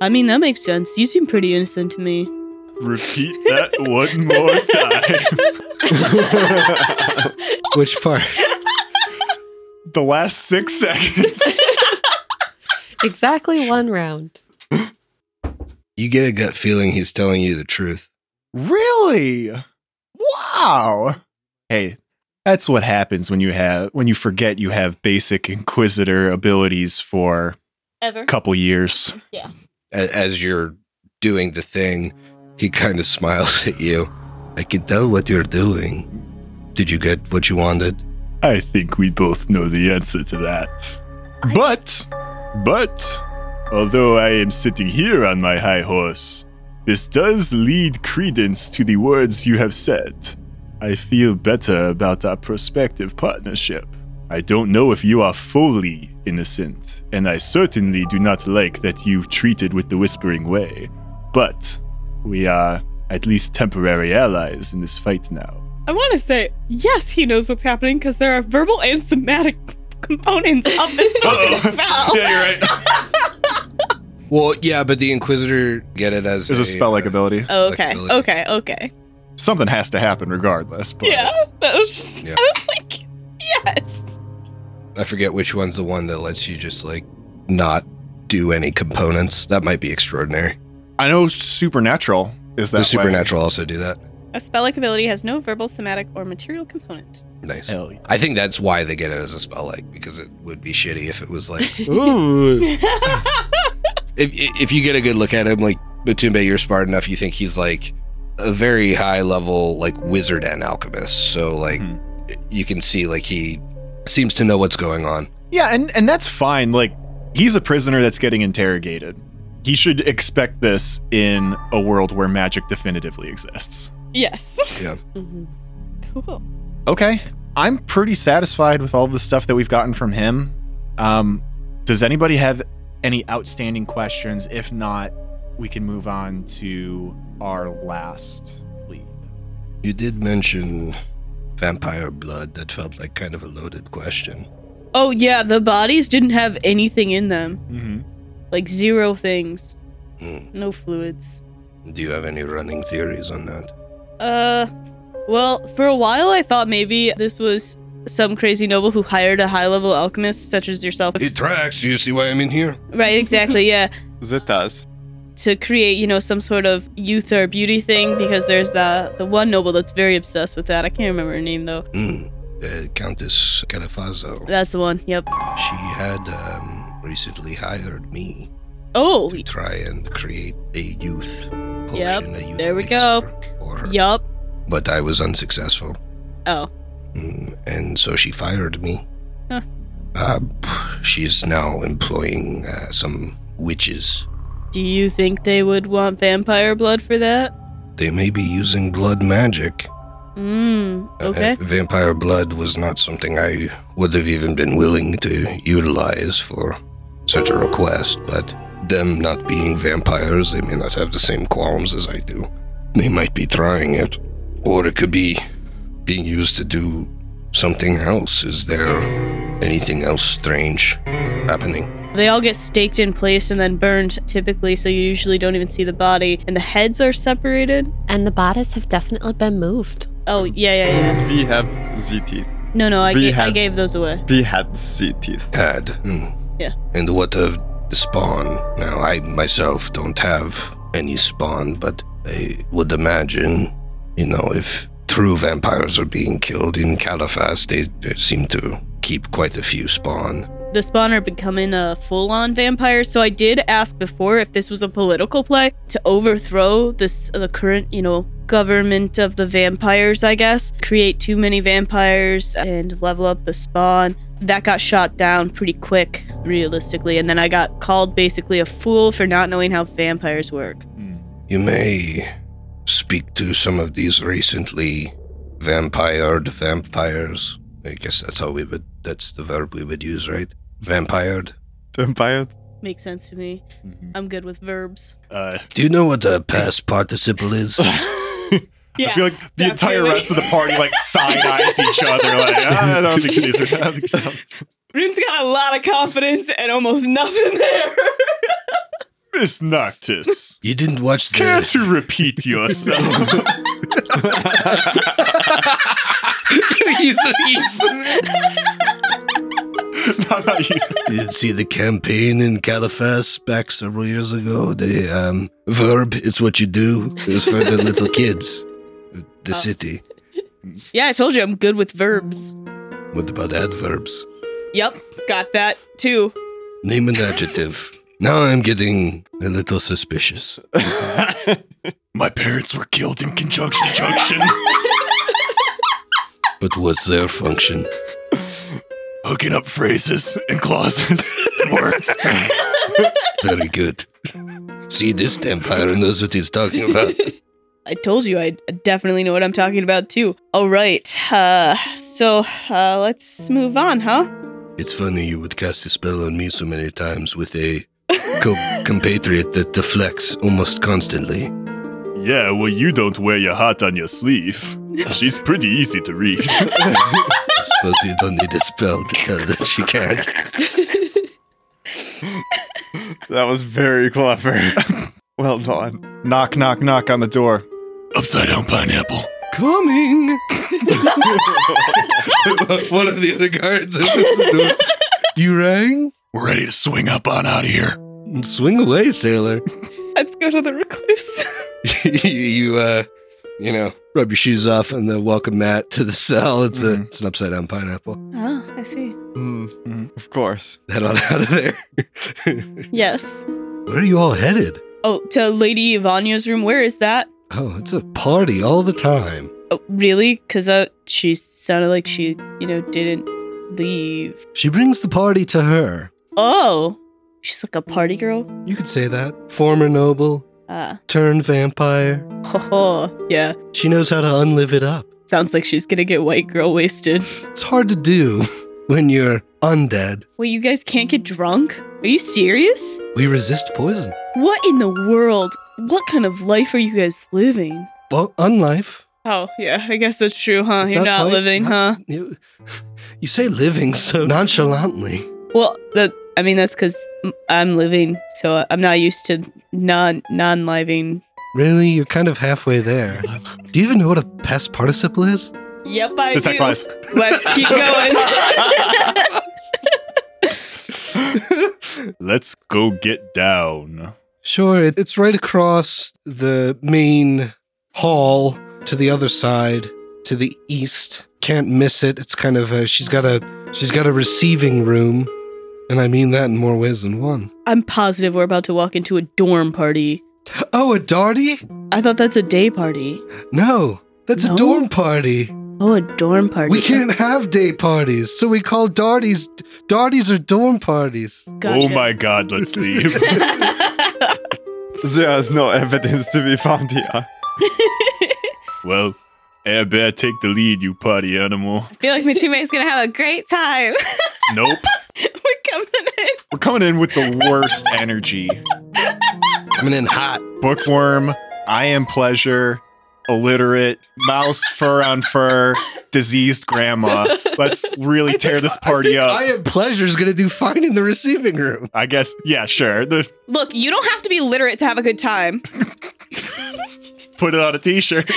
S4: I mean, that makes sense. You seem pretty innocent to me.
S5: Repeat that one more time.
S2: Which part?
S5: the last six seconds.
S7: Exactly one round.
S2: You get a gut feeling he's telling you the truth.
S5: Really? Wow. Hey, that's what happens when you have when you forget you have basic inquisitor abilities for
S4: Ever.
S5: a couple years.
S2: a- as you're doing the thing, he kind of smiles at you. I can tell what you're doing. Did you get what you wanted?
S5: I think we both know the answer to that. But, but, although I am sitting here on my high horse, this does lead credence to the words you have said. I feel better about our prospective partnership. I don't know if you are fully innocent, and I certainly do not like that you treated with the Whispering Way, but we are at least temporary allies in this fight now.
S4: I want to say yes. He knows what's happening because there are verbal and somatic components of this
S5: Uh-oh.
S4: fucking spell.
S5: you're right.
S2: Well, yeah, but the Inquisitor get it as uh,
S5: There's a spell like ability.
S4: Oh, okay.
S2: Flexibility.
S4: Okay. Okay.
S5: Something has to happen regardless. But
S4: Yeah. That was just.
S2: Yeah.
S4: I was like, yes.
S2: I forget which one's the one that lets you just like not do any components. That might be extraordinary.
S5: I know supernatural is that
S2: the
S5: way.
S2: supernatural also do that.
S4: A spell like ability has no verbal, somatic, or material component.
S2: Nice.
S5: Hell yeah.
S2: I think that's why they get it as a spell like because it would be shitty if it was like if if you get a good look at him, like Batumbe, you're smart enough. You think he's like a very high level like wizard and alchemist. So like
S5: Mhm.
S2: you can see like he seems to know what's going on.
S5: Yeah, and and that's fine. Like he's a prisoner that's getting interrogated. He should expect this in a world where magic definitively exists.
S4: yes.
S7: Mhm.
S4: Cool.
S5: Okay, I'm pretty satisfied with all the stuff that we've gotten from him. Um, does anybody have any outstanding questions? If not, we can move on to our last lead.
S2: You did mention vampire blood. That felt like kind of a loaded question.
S4: Oh yeah, the bodies didn't have anything in them.
S5: Mm-hmm.
S4: Like zero things.
S2: Hmm.
S4: No fluids.
S2: Do you have any running theories on that?
S4: Uh, well, for a while I thought maybe this was some crazy noble who hired a high level alchemist such as yourself.
S2: It tracks. You see why I'm in here?
S4: Right, exactly, yeah.
S6: It does.
S4: To create, you know, some sort of youth or beauty thing because there's the the one noble that's very obsessed with that. I can't remember her name though.
S2: Mm. Uh, Countess Califazo.
S4: That's the one. Yep.
S2: She had um, recently hired me
S4: Oh,
S2: to try and create a youth potion.
S4: Yep,
S2: a youth
S4: there we
S2: elixir For her.
S4: yep.
S2: But I was unsuccessful,
S4: Oh,
S2: Mm, and so she fired me.
S4: Huh.
S2: Uh, pff, she's now employing uh, some witches.
S4: do you think they would want vampire blood for that?
S2: They may be using blood magic.
S4: Mmm.
S2: Uh,
S4: Okay.
S2: vampire blood was not something I would have even been willing to utilize for such a request, but them not being vampires, they may not have the same qualms as I do. They might be trying it, or it could be being used to do something else. Is there anything else strange happening?
S4: They all get staked in place and then burned typically, so you usually don't even see the body, and the heads are separated.
S7: And the bodies have definitely been moved.
S4: Oh, yeah, yeah, yeah.
S6: We have Z teeth.
S4: No, no, I,
S6: We
S4: ga- I
S6: have-
S4: gave those away.
S6: We had Z teeth.
S2: Had. hmm.
S4: Yeah.
S2: And what of the spawn? Now, I myself don't have any spawn, but I would imagine, you know, if true vampires are being killed in Califas, they, they seem to keep quite a few spawn.
S4: The spawn are becoming a full on vampire, so I did ask before if this was a political play to overthrow this the current, you know, government of the vampires, I guess. Create too many vampires and level up the spawn. That got shot down pretty quick, realistically, and then I got called basically a fool for not knowing how vampires work.
S5: Mm.
S2: You may speak to some of these recently vampired vampires. I guess that's how we would, that's the verb we would use, right? Vampired.
S6: Vampire.
S4: Makes sense to me.
S5: Mm-hmm.
S4: I'm good with verbs.
S5: Uh,
S2: Do you know what a past participle is?
S5: I feel like the entire rest of the party like side eyes each other. Like, "Ah, I don't think she's. I don't think she's
S4: Rune's got a lot of confidence and almost nothing there.
S5: Miss Noctis,
S2: you didn't watch the.
S5: can't you repeat yourself?
S2: He's a- he's a-
S5: No, not you.
S2: You didn't see the campaign in Califas back several years ago. The um, verb is what you do. It was for the little kids. The
S4: Oh.
S2: city.
S4: yeah, I told you I'm good with verbs.
S2: What about adverbs?
S4: Yep, got that too.
S2: Name an adjective. Now I'm getting a little suspicious.
S5: My parents were killed in conjunction junction.
S2: But what's their function?
S5: Hooking up phrases and clauses and words.
S2: Very good. See, this vampire knows what he's talking about.
S4: I told you I definitely know what I'm talking about too. All right, uh, so uh, let's move on, huh?
S2: It's funny you would cast a spell on me so many times with a co- compatriot that deflects almost constantly.
S5: Yeah, well, you don't wear your heart on your sleeve. She's pretty easy to read.
S2: I suppose you don't need a spell to tell that she can't.
S6: That was very clever. well done.
S5: Knock, knock, knock on the door. Upside down pineapple.
S2: coming. One of the other guards opens the door. You rang?
S5: We're ready to swing up on out of here.
S2: Swing away, sailor.
S4: Let's go to the recluse.
S2: you, uh, you know, rub your shoes off and the welcome mat to the cell. It's a,
S6: Mhm.
S2: it's an upside down pineapple.
S4: oh, I see.
S6: Hmm.
S5: Mm.
S6: Of course.
S2: Head on out of there.
S4: Yes.
S2: Where are you all headed?
S4: Oh, to Lady Vanya's room. Where is that?
S2: Oh, it's a party all the time.
S4: Oh, really? Cause uh, she sounded like she, you know, didn't leave.
S2: She brings the party to her.
S4: Oh, she's like a party girl.
S2: You could say that. Former noble,
S4: Ah,
S2: turned vampire.
S4: ho ho. Yeah.
S2: She knows how to unlive it up.
S4: Sounds like she's gonna get white girl wasted.
S2: It's hard to do when you're undead.
S4: Wait, you guys can't get drunk? Are you serious?
S2: We resist poison.
S4: What in the world? What kind of life are you guys living?
S2: Well, unlife.
S4: Oh, yeah, I guess that's true, huh?
S2: It's
S4: You're not,
S2: quite-
S4: living,
S2: not- You, you say living so nonchalantly.
S4: huh? Well, that I mean that's cuz I'm living, so I'm not used to non non-living
S2: Really? You're kind of halfway there. Do you even know what a past participle is?
S4: Yep, I
S5: Just
S4: do.
S5: that class.
S4: Let's keep going.
S5: Let's go get down.
S2: Sure, it- it's right across the main hall to the other side to the east. Can't miss it. It's kind of a she's got a she's got a receiving room, and I mean that in more ways than one.
S4: I'm positive we're about to walk into a dorm party.
S2: Oh, a darty?
S4: I thought that's a day party.
S2: No, that's
S4: No?
S2: a dorm party.
S4: Oh, a dorm party.
S2: We can't have day parties, so we call darties darties are dorm parties.
S4: Gotcha.
S5: Oh my god, let's leave.
S2: Oh
S6: There is no evidence to be found here.
S5: well, Air Bear, take the lead, you party animal.
S3: I feel like Mitsume's gonna have a great time.
S5: Nope.
S3: We're coming in.
S5: We're coming in with the worst energy.
S2: Coming in hot.
S5: Bookworm, I am pleasure, illiterate, mouse fur on fur, diseased grandma. Let's really tear this party
S2: I
S5: up.
S2: am pleasure is gonna do fine in the receiving room.
S5: I guess, yeah, sure. The-
S3: Look, you don't have to be literate to have a good time.
S5: Put it on a t shirt.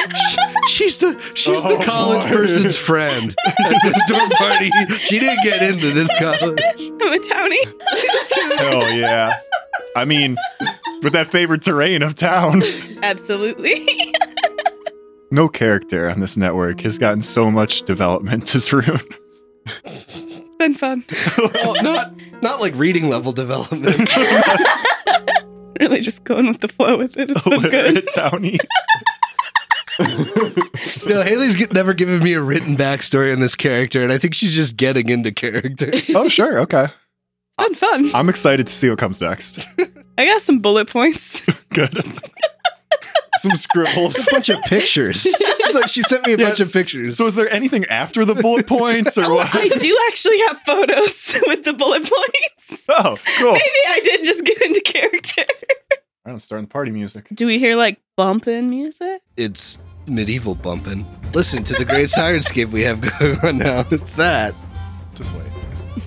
S2: She's the she's
S5: Oh,
S2: the college
S5: boy.
S2: person's friend at this dorm party. She didn't get into this college.
S3: I'm a townie.
S5: Hell yeah. I mean, with that favorite terrain of town.
S3: Absolutely.
S5: No character on this network has gotten so much development this room.
S3: Been fun.
S2: Well, not not like reading level development.
S3: Really just going with the flow with it. It's been
S5: Oh,
S3: good.
S5: Townie.
S2: No, Haley's g- never given me a written backstory on this character, and I think she's just getting into character.
S5: Oh, sure. Okay.
S3: It's been fun.
S5: I'm excited to see what comes next.
S3: I got some bullet points.
S5: Good.
S6: Some scribbles.
S2: A bunch of pictures. It's like she sent me a bunch
S5: Yes.
S2: of pictures.
S5: So, is there anything after the bullet points or what?
S3: I do actually have photos with the bullet points.
S5: Oh, cool.
S3: Maybe I did just get into character.
S5: I don't start the party music.
S4: Do we hear like bumping music?
S2: It's medieval bumping. Listen to the great sirenscape we have going on now. It's that.
S5: Just wait.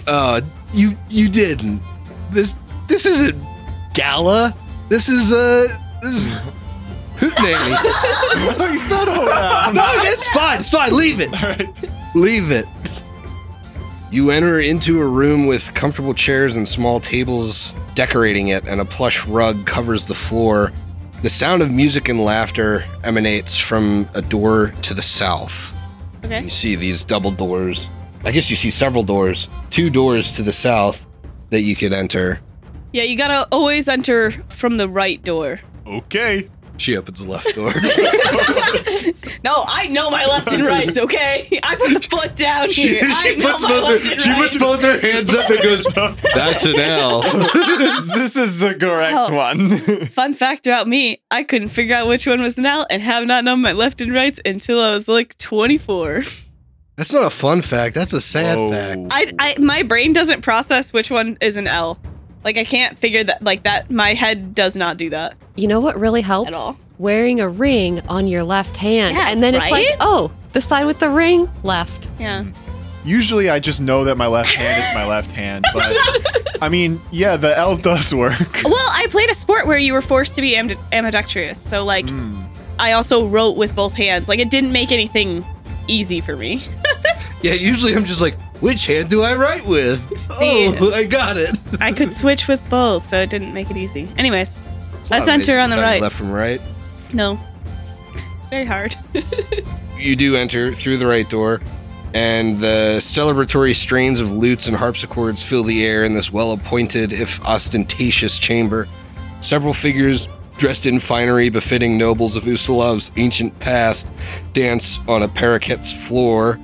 S2: Uh, you you didn't. This this isn't gala. This is uh this is hootenanny.
S5: I thought you said hold
S2: no, it's fine. It's fine. Leave it. Leave it. You enter into a room with comfortable chairs and small tables decorating it, and a plush rug covers the floor. The sound of music and laughter emanates from a door to the south.
S4: Okay.
S2: You see these double doors. I guess you see several doors, two doors to the south that you could enter.
S4: Yeah, you gotta always enter from the right door.
S5: Okay.
S2: She opens the left door.
S4: No, I know my left and rights, okay? I put the foot down here. I know my left and
S2: she
S4: right.
S2: puts both her hands up and goes, That's an L.
S6: this is the correct
S4: Oh.
S6: one.
S4: Fun fact about me, I couldn't figure out which one was an L and have not known my left and rights until I was like 24.
S2: That's not a fun fact. That's a sad
S5: Oh.
S2: fact.
S4: I, I my brain doesn't process which one is an L. Like I can't figure that like that my head does not do that.
S7: You know what really helps?
S4: all.
S7: Wearing a ring on your left hand.
S3: Yeah,
S7: and then it's like,
S3: right?
S7: oh, the side with the ring, left.
S4: Yeah.
S5: Usually I just know that my left hand is my left hand, but I mean, yeah, the L does work.
S4: Well, I played a sport where you were forced to be ambi- ambidextrous. So like
S2: Mm.
S5: Hmm.
S4: I also wrote with both hands. Like it didn't make anything easy for me.
S2: Yeah, usually I'm just like, which hand do I write with?
S4: See?
S2: Oh, I got it.
S4: I could switch with both, so it didn't make it easy. Anyways, Let's enter on the
S2: Kinda
S4: right.
S2: Left from right.
S4: no. It's very hard.
S2: You do enter through the right door, and the celebratory strains of lutes and harpsichords fill the air in this well appointed, if ostentatious, chamber. Several figures dressed in finery befitting nobles of Ustalov's ancient past dance on a parakeet's floor,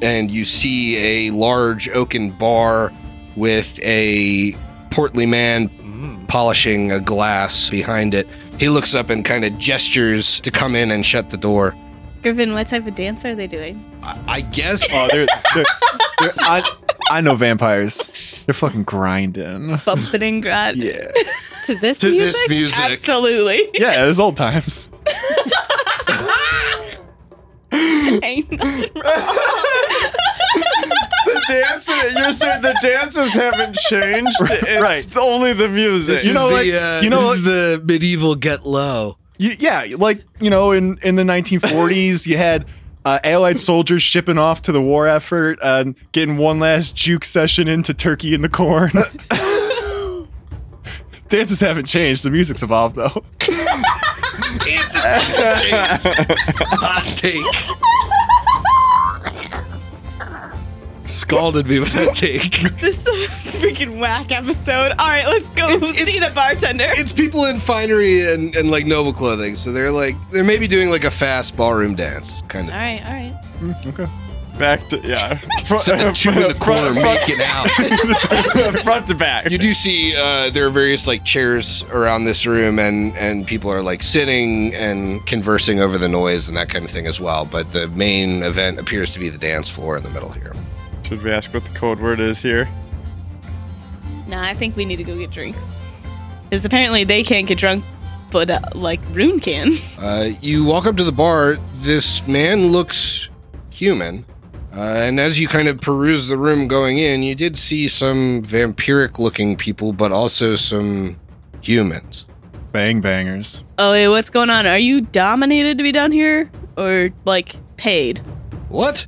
S2: and you see a large oaken bar with a portly man Mm. polishing a glass behind it. He looks up and kind of gestures to come in and shut the door.
S4: Griffin, what type of dance are they doing?
S2: I, I guess.
S5: Oh, they're, they're, they're, I, I know vampires. They're fucking grinding.
S4: Bumping and grind.
S5: Yeah.
S7: To this
S2: to
S7: music?
S2: this music.
S4: Absolutely.
S5: Yeah, it was old times.
S4: Ain't nothing wrong.
S6: the dance, you're saying the dances haven't changed. It's
S5: Right.
S6: the- only the music.
S2: This
S5: You
S2: is
S5: know what?
S2: the, uh,
S5: You know
S2: this is the medieval get low.
S5: you, yeah, like you know, in in the 1940s, you had uh, Allied soldiers shipping off to the war effort, and getting one last juke session into Turkey in the corn. Dances haven't changed. The music's evolved though.
S2: Hot take. Scalded me with that take.
S4: This is a freaking whack episode. All right, let's go
S2: It's-
S4: see
S2: it's-
S4: the bartender.
S2: It's people in finery and, and like noble clothing, so they're like they're maybe doing like a fast ballroom dance kind of.
S4: All right, all right.
S6: Back to yeah. Front,
S2: Except the two in the corner
S6: front,
S2: making out.
S6: front, front to back.
S2: You do see uh, there are various like chairs around this room, and and people are like sitting and conversing over the noise and that kind of thing as well. But the main event appears to be the dance floor in the middle here.
S6: Should we ask what the code word is here?
S4: Nah, I think we need to go get drinks. Because apparently they can't get drunk, but uh, like Rune can.
S2: Uh, you walk up to the bar. This man looks human. Uh, and as you kind of peruse the room going in, you did see some vampiric looking people, but also some humans.
S5: Bang bangers.
S4: Oh, wait, what's going on? Are you dominated to be down here, or like paid?
S2: What?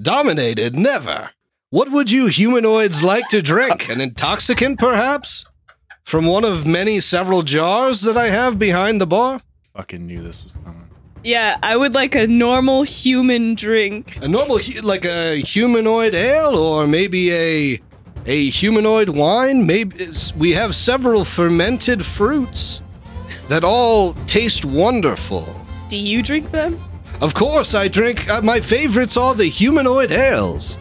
S2: Dominated? Never. What would you humanoids like to drink? An intoxicant, perhaps? From one of many several jars that I have behind the bar?
S5: Fucking knew this was coming.
S4: Yeah, I would like a normal human drink.
S2: A normal, hu- like a humanoid ale, or maybe a a humanoid wine. Maybe it's- we have several fermented fruits that all taste wonderful.
S4: Do you drink them?
S2: Of course, I drink. Uh, my favorites are the humanoid ales.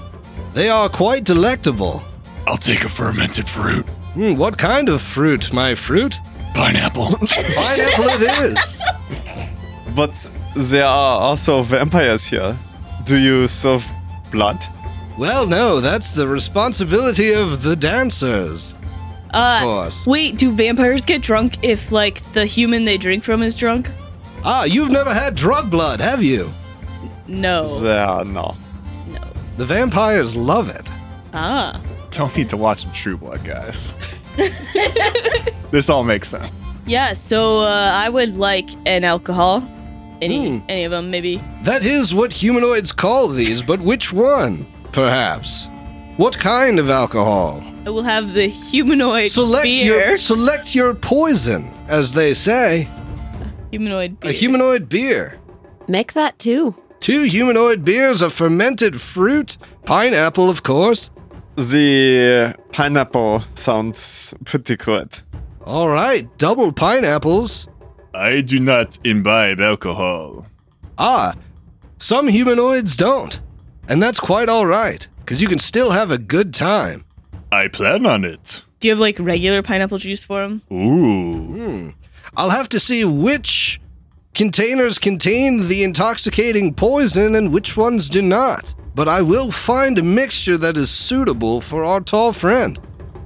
S2: They are quite delectable.
S5: I'll take a fermented fruit,
S2: Hmm, what kind of fruit, my fruit?
S5: pineapple.
S2: Pineapple it is.
S6: But there are also vampires here. Do you serve blood?
S2: Well, no, that's the responsibility of the dancers.
S4: Uh,
S2: Of course.
S4: Wait, do vampires get drunk if like the human they drink from is drunk?
S2: Ah, you've never had drug blood, have you?
S4: No.
S6: There, no.
S2: The vampires love it.
S4: Ah.
S5: Don't need to watch some True Blood, guys. this all makes sense.
S4: Yeah, so uh, I would like an alcohol. Any
S2: Hmm.
S4: any of them maybe.
S2: That is what humanoids call these, but which one? Perhaps. What kind of alcohol?
S4: I will have the humanoid
S2: select
S4: beer.
S2: your select your poison, as they say.
S4: humanoid beer.
S2: A humanoid beer.
S7: Make that too.
S2: Two humanoid beers of fermented fruit, pineapple, of course.
S6: The pineapple sounds pretty good.
S2: All right, double pineapples.
S5: I do not imbibe alcohol.
S2: Ah, some humanoids don't. And that's quite all right, because you can still have a good time.
S5: I plan on it.
S4: Do you have like regular pineapple juice for them?
S5: Ooh.
S2: I'll have to see which containers contain the intoxicating poison and which ones do not. But I will find a mixture that is suitable for our tall friend.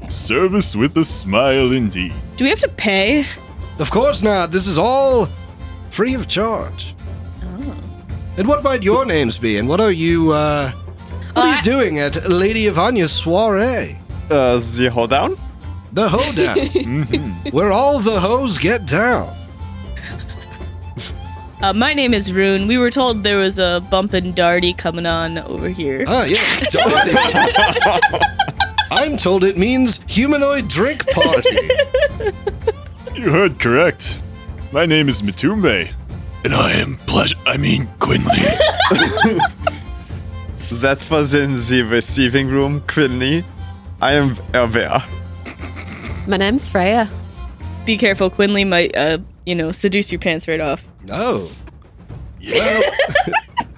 S5: Service with a smile indeed.
S4: Do we have to pay?
S2: Of course not, this is all free of charge. And what might your names be, and what are you, uh, what are you doing at Lady Ivania's soiree?
S6: Uh, the hoedown?
S2: The hoedown. where all the hoes get down.
S4: Uh, my name is Rune. We were told there was a bump and darty coming on over here.
S2: Ah, yes, darling. I'm told it means humanoid drink party.
S5: You heard correct. My name is Matumbe. And I am pleasure. I mean, Quinley.
S6: That was in the receiving room, Quinley. I am aware.
S7: My name's Freya.
S4: Be careful, Quinley might uh, you know, seduce your pants right off.
S2: No. Well,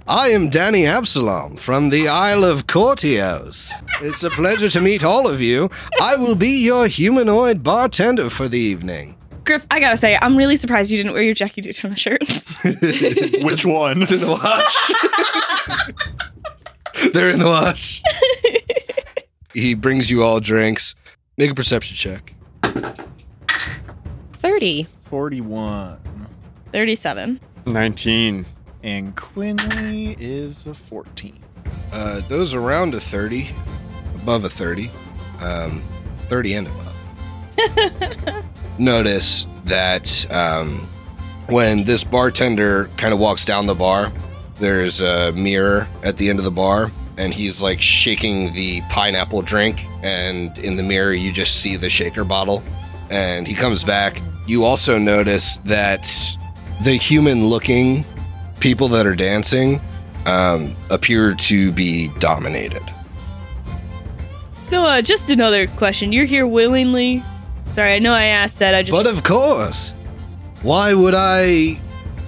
S2: I am Danny Absalom from the Isle of Cortios. It's a pleasure to meet all of you. I will be your humanoid bartender for the evening.
S4: Griff, I gotta say, I'm really surprised you didn't wear your Jackie Daytona shirt.
S5: Which one?
S2: In the wash. They're in the wash. he brings you all drinks. Make a perception check.
S7: 30.
S5: 41.
S4: 37.
S6: 19.
S5: And Quinley is a 14.
S2: Uh, those around a 30, above a 30, um, 30 and above, notice that um, when this bartender kind of walks down the bar, there's a mirror at the end of the bar, and he's like shaking the pineapple drink. And in the mirror, you just see the shaker bottle. And he comes back. You also notice that the human looking people that are dancing um, appear to be dominated.
S4: So, uh, just another question. You're here willingly. Sorry, I know I asked that. I just
S2: But uh, of course, why would I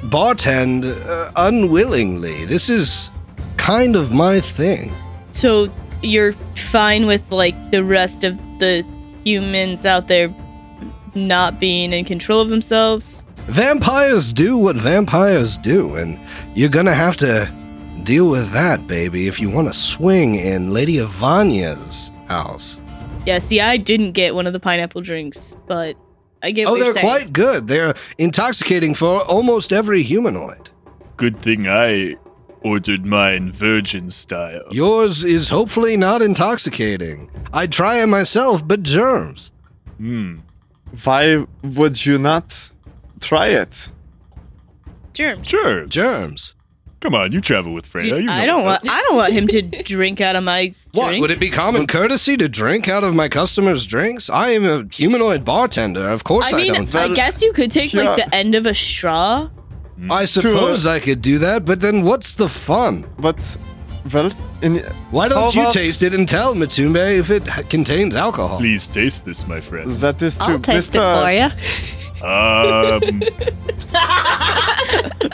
S2: bartend uh, unwillingly? This is kind of my thing.
S4: so you're fine with like the rest of the humans out there not being in control of themselves.
S2: Vampires do what vampires do, and you're gonna have to deal with that, baby, if you want to swing in Lady Ivania's house.
S4: Yeah. See, I didn't get one of the pineapple drinks, but I get.
S2: Oh,
S4: what
S2: they're
S4: you're saying.
S2: quite good. They're intoxicating for almost every humanoid.
S5: Good thing I ordered mine virgin style.
S2: Yours is hopefully not intoxicating. I'd try it myself, but germs.
S5: Hmm.
S6: Why would you not try it?
S4: germs.
S5: Sure.
S2: Germs.
S5: Come on, you travel with Freya.
S4: Dude,
S5: you know
S4: I don't
S5: what's
S4: want. I don't want him to drink out of my.
S2: What
S4: drink.
S2: would it be common courtesy to drink out of my customers' drinks? I am a humanoid bartender. Of course,
S4: I
S2: I,
S4: mean,
S2: don't.
S4: I guess you could take like
S6: Yeah.
S4: the end of a straw.
S2: I suppose I could do that, but then what's the fun?
S6: But well, in
S2: Why don't you
S6: How about-
S2: taste it and tell Matumbe if it h- contains alcohol?
S5: Please taste this, my friend.
S6: that is true.
S7: I'll taste it
S6: Mr.
S7: for you.
S5: Um.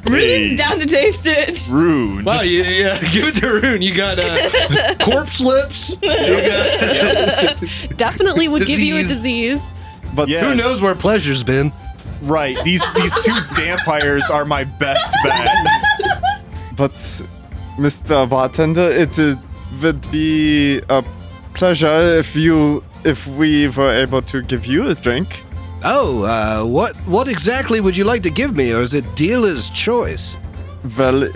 S5: hey,
S4: down to taste it.
S5: Rune.
S2: Wow, you, yeah, give it to Rune. You got uh, corpse lips. You got,
S7: Definitely would give you a disease.
S6: But
S5: Yeah.
S2: Who knows where pleasure's been?
S5: Right. These these two vampires are my best bet.
S6: but Mr. Bartender, it uh, would be a pleasure if you if we were able to give you a drink.
S2: Oh, uh, what what exactly would you like to give me, or is it dealer's choice?
S6: Well,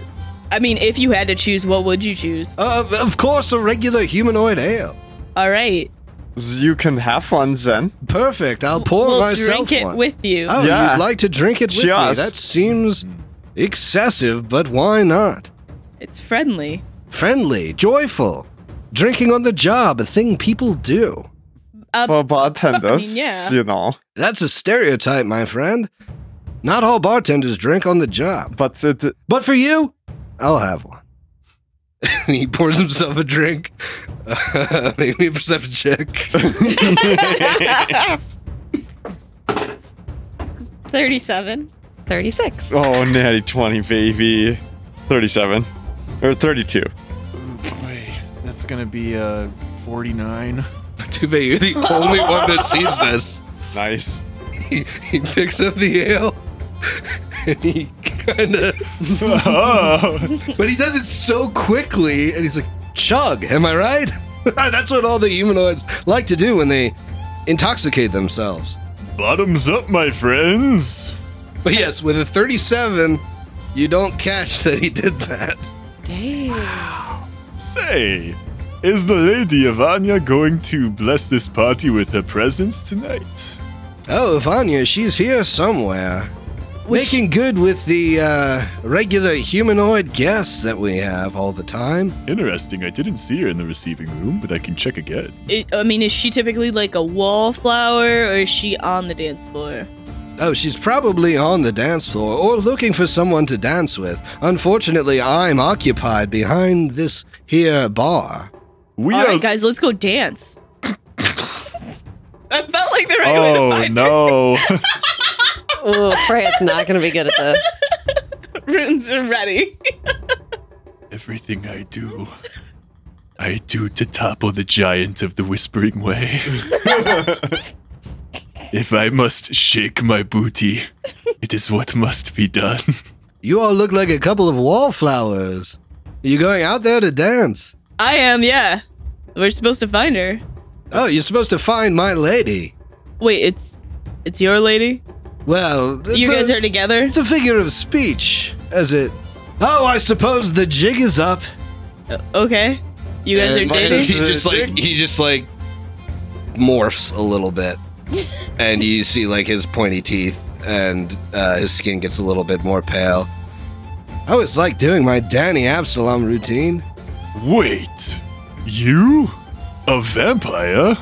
S4: I mean, if you had to choose, what would you choose?
S2: Uh, of course, a regular humanoid ale.
S4: All right,
S6: you can have one then.
S2: Perfect. I'll pour
S4: we'll
S2: myself
S4: drink it
S2: one.
S4: with you.
S2: Oh,
S6: Yeah.
S2: you'd like to drink it with
S6: Just.
S2: me? That seems excessive, but why not?
S4: It's friendly.
S2: Friendly, joyful, drinking on the job, a thing people do.
S6: for bartenders,
S4: yeah.
S6: you know.
S2: That's a stereotype, my friend. Not all bartenders drink on the job.
S6: But it,
S2: But for you, I'll have one. he pours himself a drink. make me a perception check.
S4: 37.
S7: 36.
S6: oh, natty 20, baby. 37. Or 32.
S5: That's gonna be uh, 49.
S2: Too bad you're the only one that sees this.
S6: Nice.
S2: he, he picks up the ale and he kind of but he does it so quickly and he's like chug am i right that's what all the humanoids like to do when they intoxicate themselves
S5: Bottoms up, my friends.
S2: but yes with a 37 you don't catch that he did that
S5: Say, is the Lady Ivania going to bless this party with her presence tonight?
S2: oh vanya she's here somewhere
S4: Which-
S2: making good with the uh, regular humanoid guests that we have all the time
S5: Interesting. I didn't see her in the receiving room, but I can check again.
S4: It- I mean, is she typically like a wallflower or is she on the dance floor?
S2: Oh, she's probably on the dance floor or looking for someone to dance with. Unfortunately, I'm occupied behind this here bar.
S5: We
S4: All
S5: are.
S4: right, guys, let's go dance. I felt like the right way to
S5: oh
S4: find
S5: no!
S7: Oh, Freya's not going to be good at this.
S4: Runes are ready.
S5: Everything I do, I do to topple the giant of the Whispering Way. if I must shake my booty, it is what must be done.
S2: You all look like a couple of wallflowers. Are you going out there to dance?
S4: I am, yeah. We're supposed to find her.
S2: Oh, you're supposed to find my lady.
S4: Wait, it's it's your lady?
S2: Well, it's,
S4: you guys
S2: a,
S4: are together?
S2: it's a figure of speech, as it. Oh, I suppose the jig is up.
S4: Okay. You guys are dating?
S2: He just like he just like morphs a little bit, and you see like his pointy teeth and uh, his skin gets a little bit more pale. I always like doing my Danny Absalom routine.
S5: Wait, you? A vampire?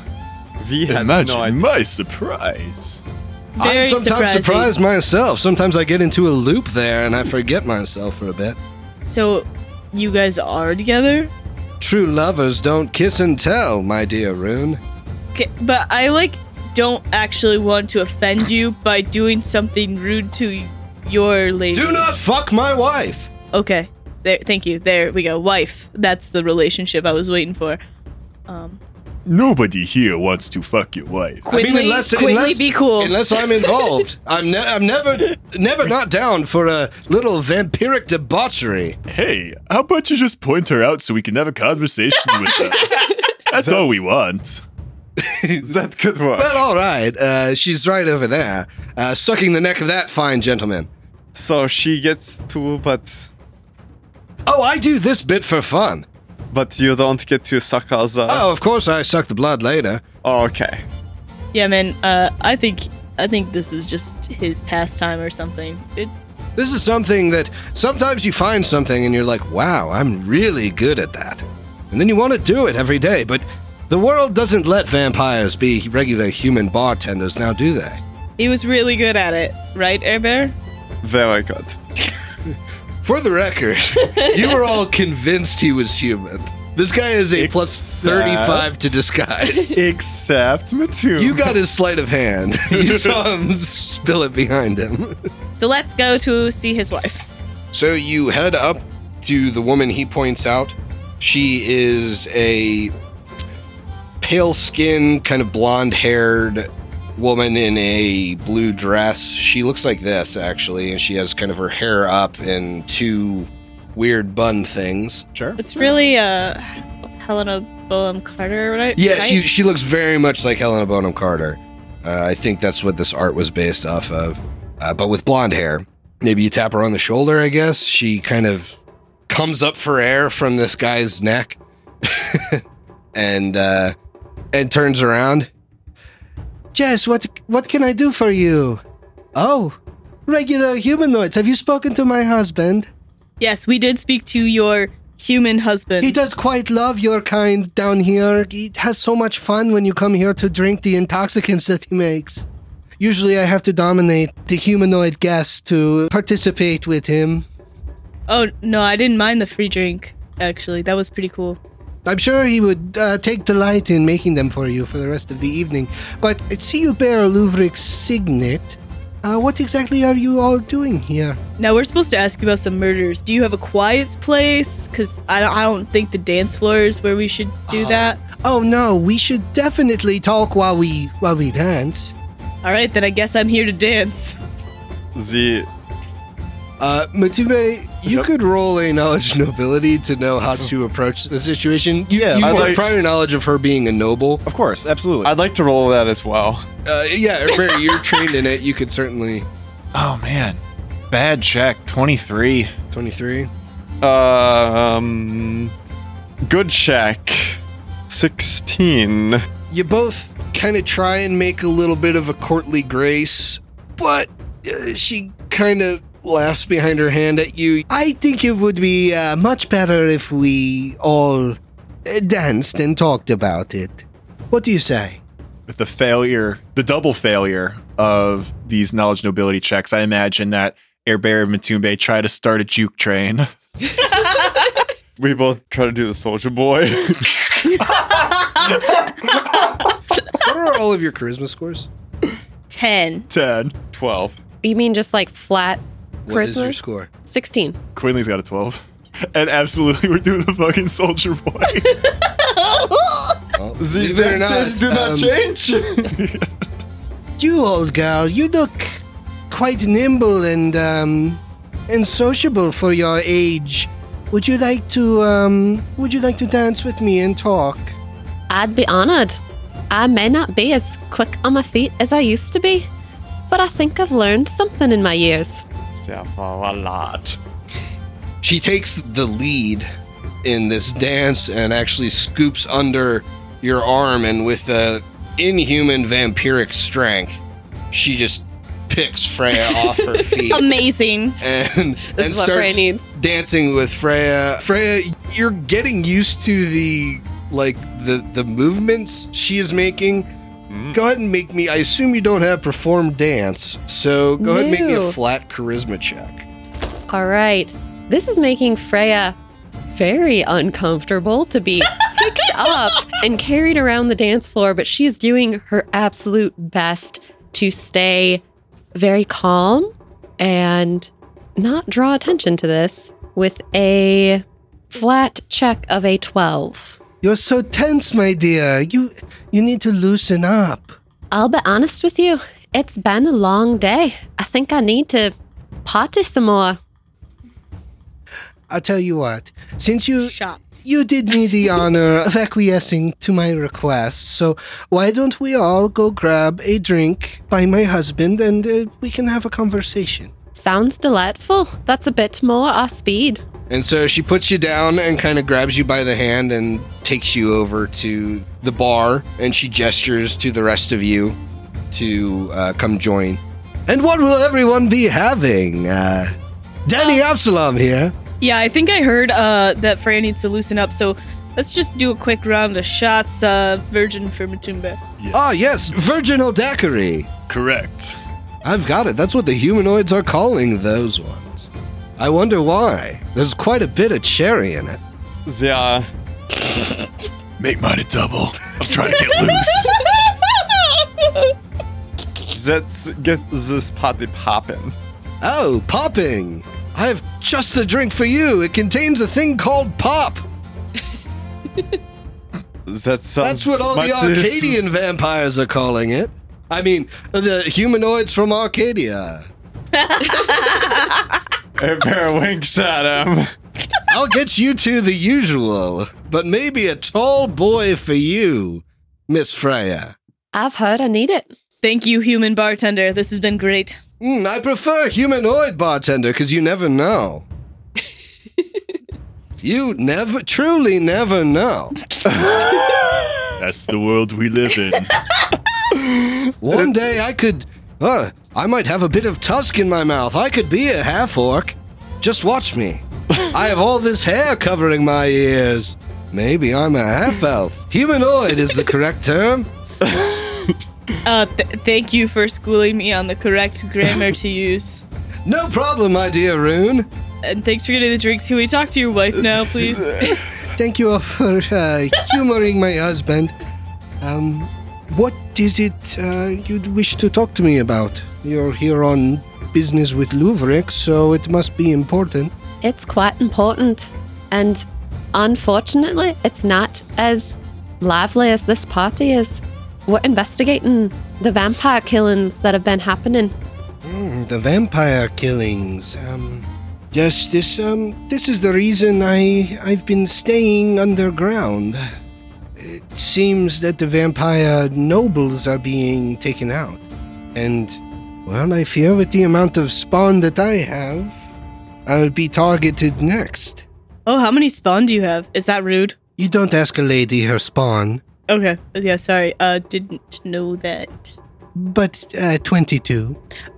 S6: V had no idea.
S5: my surprise.
S2: I'm
S4: Very
S2: sometimes
S4: surprising.
S2: surprised myself. Sometimes I get into a loop there and I forget myself for a bit.
S4: So, you guys are together?
S2: True lovers don't kiss and tell, my dear Rune.
S4: Okay, but I like don't actually want to offend you by doing something rude to your lady.
S2: Do not fuck my wife.
S4: Okay. There, thank you. There we go. Wife. That's the relationship I was waiting for. Um,
S5: Nobody here wants to fuck your wife.
S4: Quinley, Quinley, be cool.
S2: Unless I'm involved, I'm, ne- I'm never, never not down for a little vampiric debauchery.
S5: Hey, how about you just point her out so we can have a conversation with her? That's all we want.
S6: Is that good work?
S2: Well, all right. Uh, she's right over there, uh, sucking the neck of that fine gentleman.
S6: So she gets two, but
S2: Oh, I do this bit for fun.
S6: but you don't get to suck us up.
S2: Oh, of course I suck the blood later.
S6: Oh, okay.
S4: yeah, man. Uh, I think I think this is just his pastime or something. It,
S2: This is something that sometimes you find something and you're like, wow, I'm really good at that. And then you want to do it every day, but the world doesn't let vampires be regular human bartenders now, do they?
S4: he was really good at it, right, Air Bear?
S6: Very good.
S2: For the record, you were all convinced he was human. This guy is a plus
S5: Except-
S2: 35 to disguise.
S5: Except Matu.
S2: You got his sleight of hand. You saw him spill it behind him.
S4: So let's go to see his wife.
S2: So you head up to the woman he points out. She is a pale skinned, kind of blonde haired woman in a blue dress. She looks like this, actually, and she has kind of her hair up in two weird bun things.
S5: sure.
S4: It's really uh, Helena Boehm Carter, right?
S2: Yeah, she,
S4: Right?
S2: she looks very much like Helena Bonham Carter. Uh, I think that's what this art was based off of, uh, but with blonde hair. Maybe you tap her on the shoulder, I guess. She kind of comes up for air from this guy's neck and uh, and turns around. Jess, what what can I do for you? Oh, regular humanoids. Have you spoken to my husband?
S4: Yes, we did speak to your human husband.
S2: He does quite love your kind down here. He has so much fun when you come here to drink the intoxicants that he makes. Usually, I have to dominate the humanoid guests to participate with him.
S4: oh no, I didn't mind the free drink. Actually, that was pretty cool.
S2: I'm sure he would uh, take delight in making them for you for the rest of the evening. But I see you bear Luvric's signet. Uh, what exactly are you all doing here?
S4: Now we're supposed to ask you about some murders. Do you have a quiet place? Because I don't, I don't think the dance floor is where we should do that.
S2: Oh no, we should definitely talk while we while we dance.
S4: All right, then I guess I'm here to dance.
S6: The
S2: Uh, Matube, you
S5: Yep.
S2: could roll a knowledge nobility to know how to approach the situation. You,
S5: Yeah,
S2: you
S6: I'd
S2: have
S6: like-
S2: prior knowledge of her being a noble.
S5: Of course, absolutely.
S6: I'd like to roll that as well.
S2: Uh, yeah, Mary, you're trained in it. You could certainly
S5: oh man, bad check. Twenty three.
S2: twenty-three.
S6: Um, good check. Sixteen.
S2: You both kind of try and make a little bit of a courtly grace, but uh, she kind of laughs behind her hand at you. I think it would be uh, much better if we all uh, danced and talked about it. What do you say?
S5: With the failure, the double failure of these knowledge nobility checks, I imagine that Air Bear and Matumbe try to start a juke train.
S6: We both try to do the soldier boy.
S2: What are all of your charisma scores?
S4: Ten.
S5: Ten.
S6: Twelve.
S7: You mean just like flat
S2: What is your
S7: charisma?
S2: score?
S7: 16.
S5: Quinley's got a twelve. And absolutely, we're doing the fucking soldier boy.
S6: The dances do not
S2: um,
S6: change.
S2: You old girl, you look quite nimble and um and sociable for your age. Would you like to um would you like to dance with me and talk?
S7: I'd be honored. I may not be as quick on my feet as I used to be, but I think I've learned something in my years.
S6: yeah, well, a lot.
S2: She takes the lead in this dance and actually scoops under your arm and with a inhuman vampiric strength, she just picks Freya off her feet
S3: Amazing.
S2: and
S7: This
S2: and
S7: is what Freya
S2: starts
S7: needs.
S2: dancing with Freya. Freya, you're getting used to the like the the movements she is making. Go ahead and make me. I assume you don't have perform dance, so go ahead and make me a
S7: No.
S2: flat charisma check.
S7: All right. This is making Freya very uncomfortable to be picked up and carried around the dance floor, but she is doing her absolute best to stay very calm and not draw attention to this with a flat check of a 12.
S2: You're so tense, my dear. You you need to loosen up.
S7: I'll be honest with you, it's been a long day. I think I need to potty some more.
S2: I'll tell you what. Since you
S3: Shots.
S2: you did me the honor of acquiescing to my request, so why don't we all go grab a drink by my husband and uh, we can have a conversation.
S7: Sounds delightful. That's a bit more our speed.
S2: And so she puts you down and kind of grabs you by the hand and takes you over to the bar, and she gestures to the rest of you to uh, come join. And what will everyone be having? Uh, Danny
S7: Um,
S2: Absalom here.
S4: Yeah, I think I heard uh, that Freya needs to loosen up, so let's just do a quick round of shots. Uh, virgin for Matumba.
S2: Ah, yes, virginal daiquiri.
S5: Correct.
S2: I've got it. That's what the humanoids are calling those ones. I wonder why. There's quite a bit of cherry in it.
S6: Yeah.
S5: Make mine a double. I'm trying to get loose.
S6: Let's get this party popping.
S2: Oh, popping! I have just the drink for you. It contains a thing called pop.
S6: That sounds
S2: That's what all the
S6: much-
S2: Arcadian vampires are calling it. I mean, the humanoids from Arcadia.
S6: A pair of winks at him.
S2: I'll get you two the usual, but maybe a tall boy for you, Miss Freya.
S7: I've heard I need it.
S4: Thank you, human bartender. This has been great.
S2: Mm, I prefer humanoid bartender because you never know. you never, truly never know.
S5: That's the world we live in.
S2: One day I could, uh, I might have a bit of tusk in my mouth. I could be a half orc. Just watch me. I have all this hair covering my ears. Maybe I'm a half elf. Humanoid is the correct term.
S4: Uh, th- thank you for schooling me on the correct grammar to use.
S2: No problem, my dear Rune.
S4: And thanks for getting the drinks. Can we talk to your wife now, please?
S2: Thank you all for uh, humoring my husband. Um, what is it uh, you'd wish to talk to me about? You're here on business with Louvric, so it must be important.
S7: It's quite important. And unfortunately, it's not as lively as this party is. We're investigating the vampire killings that have been happening.
S2: The vampire killings. Um, yes, this um, this is the reason I I've been staying underground. It seems that the vampire nobles are being taken out, and well, I fear with the amount of spawn that I have, I'll be targeted next.
S4: Oh, how many spawn do you have? Is that rude?
S2: You don't ask a lady her spawn,
S4: Okay. Yeah, sorry. Uh, didn't know that.
S2: but uh, twenty-two.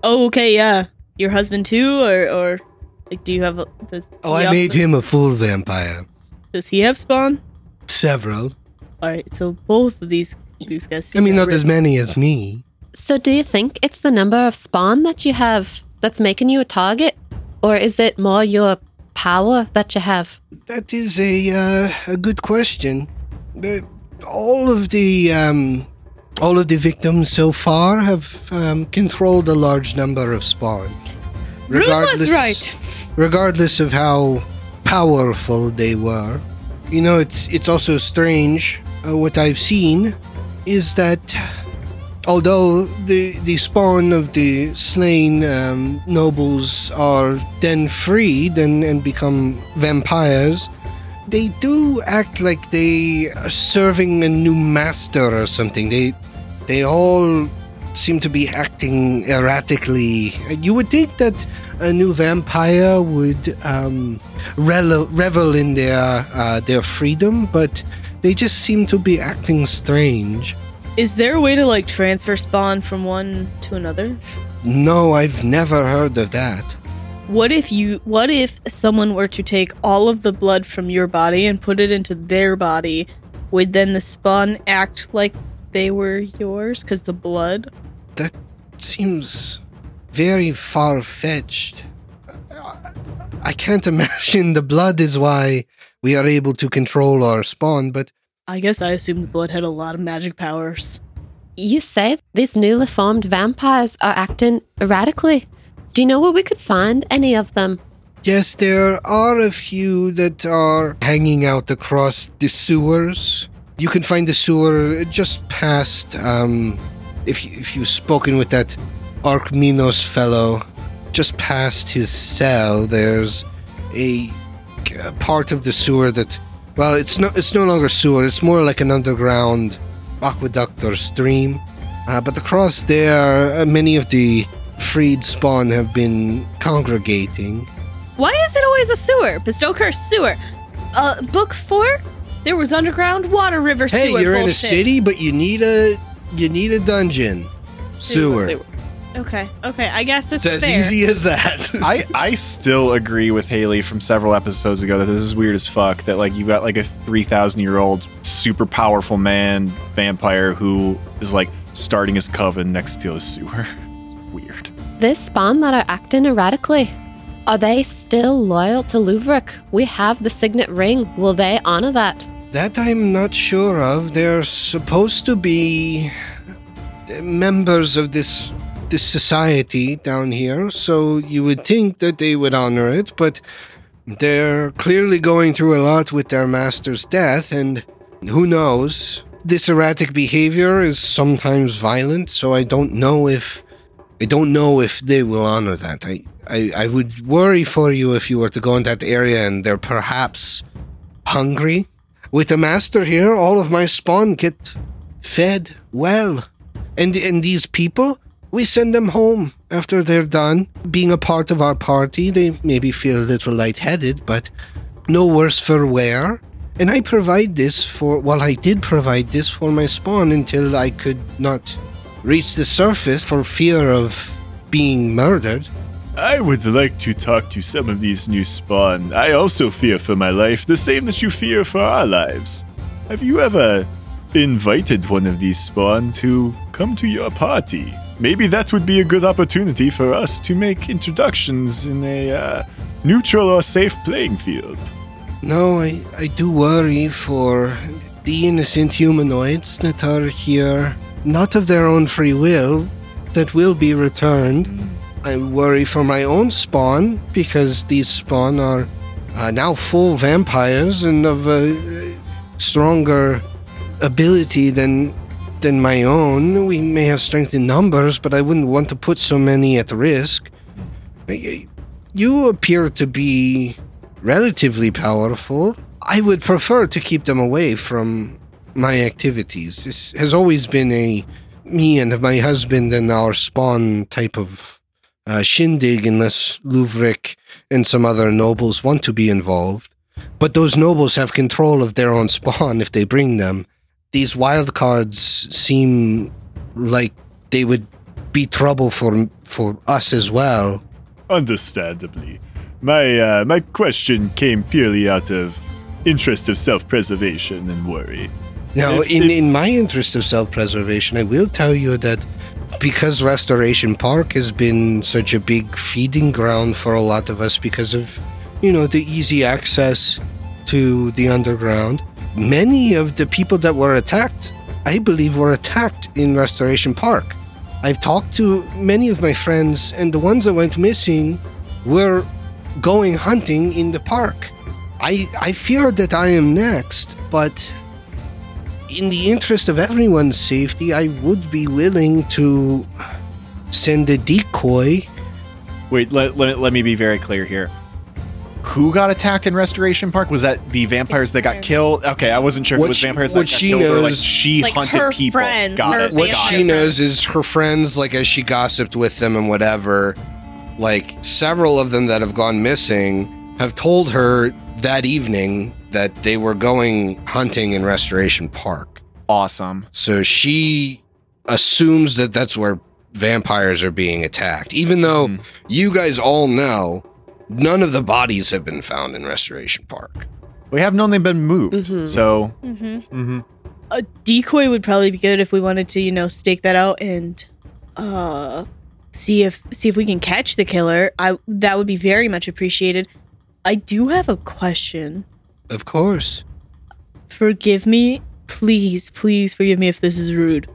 S4: Oh, okay. Yeah, your husband too, or or like, do you have? A, does
S2: Oh,
S4: he
S2: I
S4: also-
S2: made him a full vampire.
S4: Does he have spawn?
S2: Several.
S4: All right. So both of these these guys.
S2: I
S4: seem
S2: mean,
S4: at
S2: not as
S4: risk.
S2: many as me.
S7: So, do you think it's the number of spawn that you have that's making you a target? Or is it more your power that you have?
S2: That is a uh, a good question. The, all of the um, all of the victims so far have um, controlled a large number of spawn. Regardless,
S4: right.
S2: Regardless of how powerful they were, you know, it's it's also strange. Uh, what I've seen is that although the the spawn of the slain um, nobles are then freed and, and become vampires, they do act like they are serving a new master or something. They they all seem to be acting erratically. And You would think that a new vampire would um, rel- revel in their uh, their freedom, but they just seem to be acting strange.
S4: Is there a way to like transfer spawn from one to another?
S2: No, I've never heard of that.
S4: What if you what if someone were to take all of the blood from your body and put it into their body? Would then the spawn act like they were yours cuz the blood?
S2: Seems very far fetched. I can't imagine the blood is why we are able to control our spawn, but
S4: I guess I assumed the blood had a lot of magic powers.
S7: You say these newly formed vampires are acting erratically. Do you know where we could find any of them?
S2: Yes, there are a few that are hanging out across the sewers. You can find the sewer just past. Um, if you, if you've spoken with that Arkminos fellow, just past his cell, there's a, a part of the sewer that, well, it's no it's no longer sewer. It's more like an underground aqueduct or stream. Uh, but across there, uh, many of the freed spawn have been congregating.
S3: Why is it always a sewer? Bestow curse sewer. Uh, book four. There was underground water river
S2: Hey,
S3: sewer.
S2: you're in a
S3: bullshit.
S2: city, but you need a you need a dungeon sewer.
S3: Okay, okay. I guess it's
S2: It's as
S3: fair.
S2: easy as that.
S5: I, I still agree with Haley from several episodes ago that this is weird as fuck. That like you got like a three thousand year old super powerful man vampire who is like starting his coven next to a sewer. It's weird.
S7: This spawn that are acting erratically. Are they still loyal to Luvrik? We have the signet ring. Will they honor that?
S2: that I'm not sure of. They're supposed to be members of this this society down here, so you would think that they would honor it, but they're clearly going through a lot with their master's death and who knows? This erratic behavior is sometimes violent, so I don't know if I don't know if they will honor that. I, I, I would worry for you if you were to go in that area and they're perhaps hungry. With the master here, all of my spawn get fed well. And and these people, we send them home after they're done. Being a part of our party, they maybe feel a little lightheaded, but no worse for wear. And I provide this for well, I did provide this for my spawn until I could not reach the surface for fear of being murdered.
S5: I would like to talk to some of these new spawn. I also fear for my life, the same that you fear for our lives. Have you ever invited one of these spawn to come to your party? Maybe that would be a good opportunity for us to make introductions in a uh, neutral or safe playing field.
S2: No, I, I do worry for the innocent humanoids that are here, not of their own free will, that will be returned.
S5: Mm.
S2: I worry for my own spawn, because these spawn are uh, now full vampires and of a uh, stronger ability than than my own. We may have strength in numbers, but I wouldn't want to put so many at risk. I- I- You appear to be relatively powerful. I would prefer to keep them away from my activities. This has always been a me and my husband and our spawn type of uh, shindig, unless Luvrik and some other nobles want to be involved. But those nobles have control of their own spawn if they bring them. These wild cards seem like they would be trouble for for us as well.
S5: Understandably. My uh, my question came purely out of interest of self-preservation and worry.
S2: Now,
S5: If
S2: in,
S5: the-
S2: in my interest of self preservation, I will tell you that because Restoration Park has been such a big feeding ground for a lot of us because of, you know, the easy access to the underground, many of the people that were attacked, I believe, were attacked in Restoration Park. I've talked to many of my friends, and the ones that went missing were going hunting in the park. I, I fear that I am next, but in the interest of everyone's safety, I would be willing to send a decoy.
S5: Wait, let, let, let me be very clear here. Who got attacked in Restoration Park? Was that the vampires that got killed? Okay, I wasn't sure if
S2: What
S5: it was
S2: she-
S5: vampires
S2: what
S5: that got
S2: she
S5: killed or like
S2: knows-
S5: she
S3: Like
S5: hunted
S3: her
S5: people.
S3: friends,
S5: got
S3: her
S5: it.
S3: What
S5: got
S3: she
S5: it.
S2: knows is her friends, like as she gossiped with them and whatever, like several of them that have gone missing have told her that evening that they were going hunting in Restoration Park.
S5: Awesome.
S2: So she assumes that that's where vampires are being attacked, even though
S5: Mhm.
S2: you guys all know none of the bodies have been found in Restoration Park.
S5: We have known they've been moved.
S7: Mhm.
S5: So
S4: Mm-hmm.
S6: Mm-hmm.
S4: A decoy would probably be good if we wanted to, you know, stake that out and uh see if see if we can catch the killer. I that would be very much appreciated. I do have a question.
S2: Of course.
S4: Forgive me, please, please forgive me if this is rude.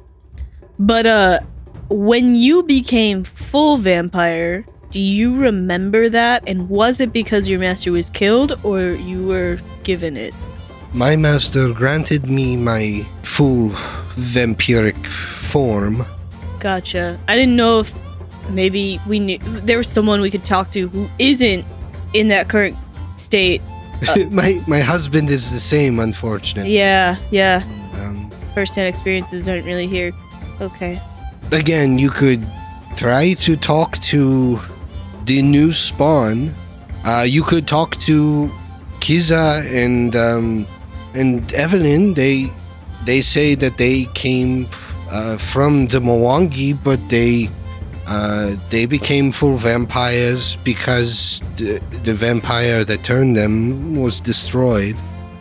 S4: But uh when you became full vampire, do you remember that and was it because your master was killed or you were given it?
S2: My master granted me my full vampiric form.
S4: Gotcha. I didn't know if maybe we knew there was someone we could talk to who isn't in that current state.
S2: my my husband is the same, unfortunately.
S4: Yeah, yeah.
S2: Um,
S4: First-hand experiences aren't really here. Okay.
S2: again, you could try to talk to the new spawn. Uh, you could talk to Kiza and um, and Evelyn. They they say that they came uh, from the Mwangi, but they uh, they became full vampires because the, the vampire that turned them was destroyed.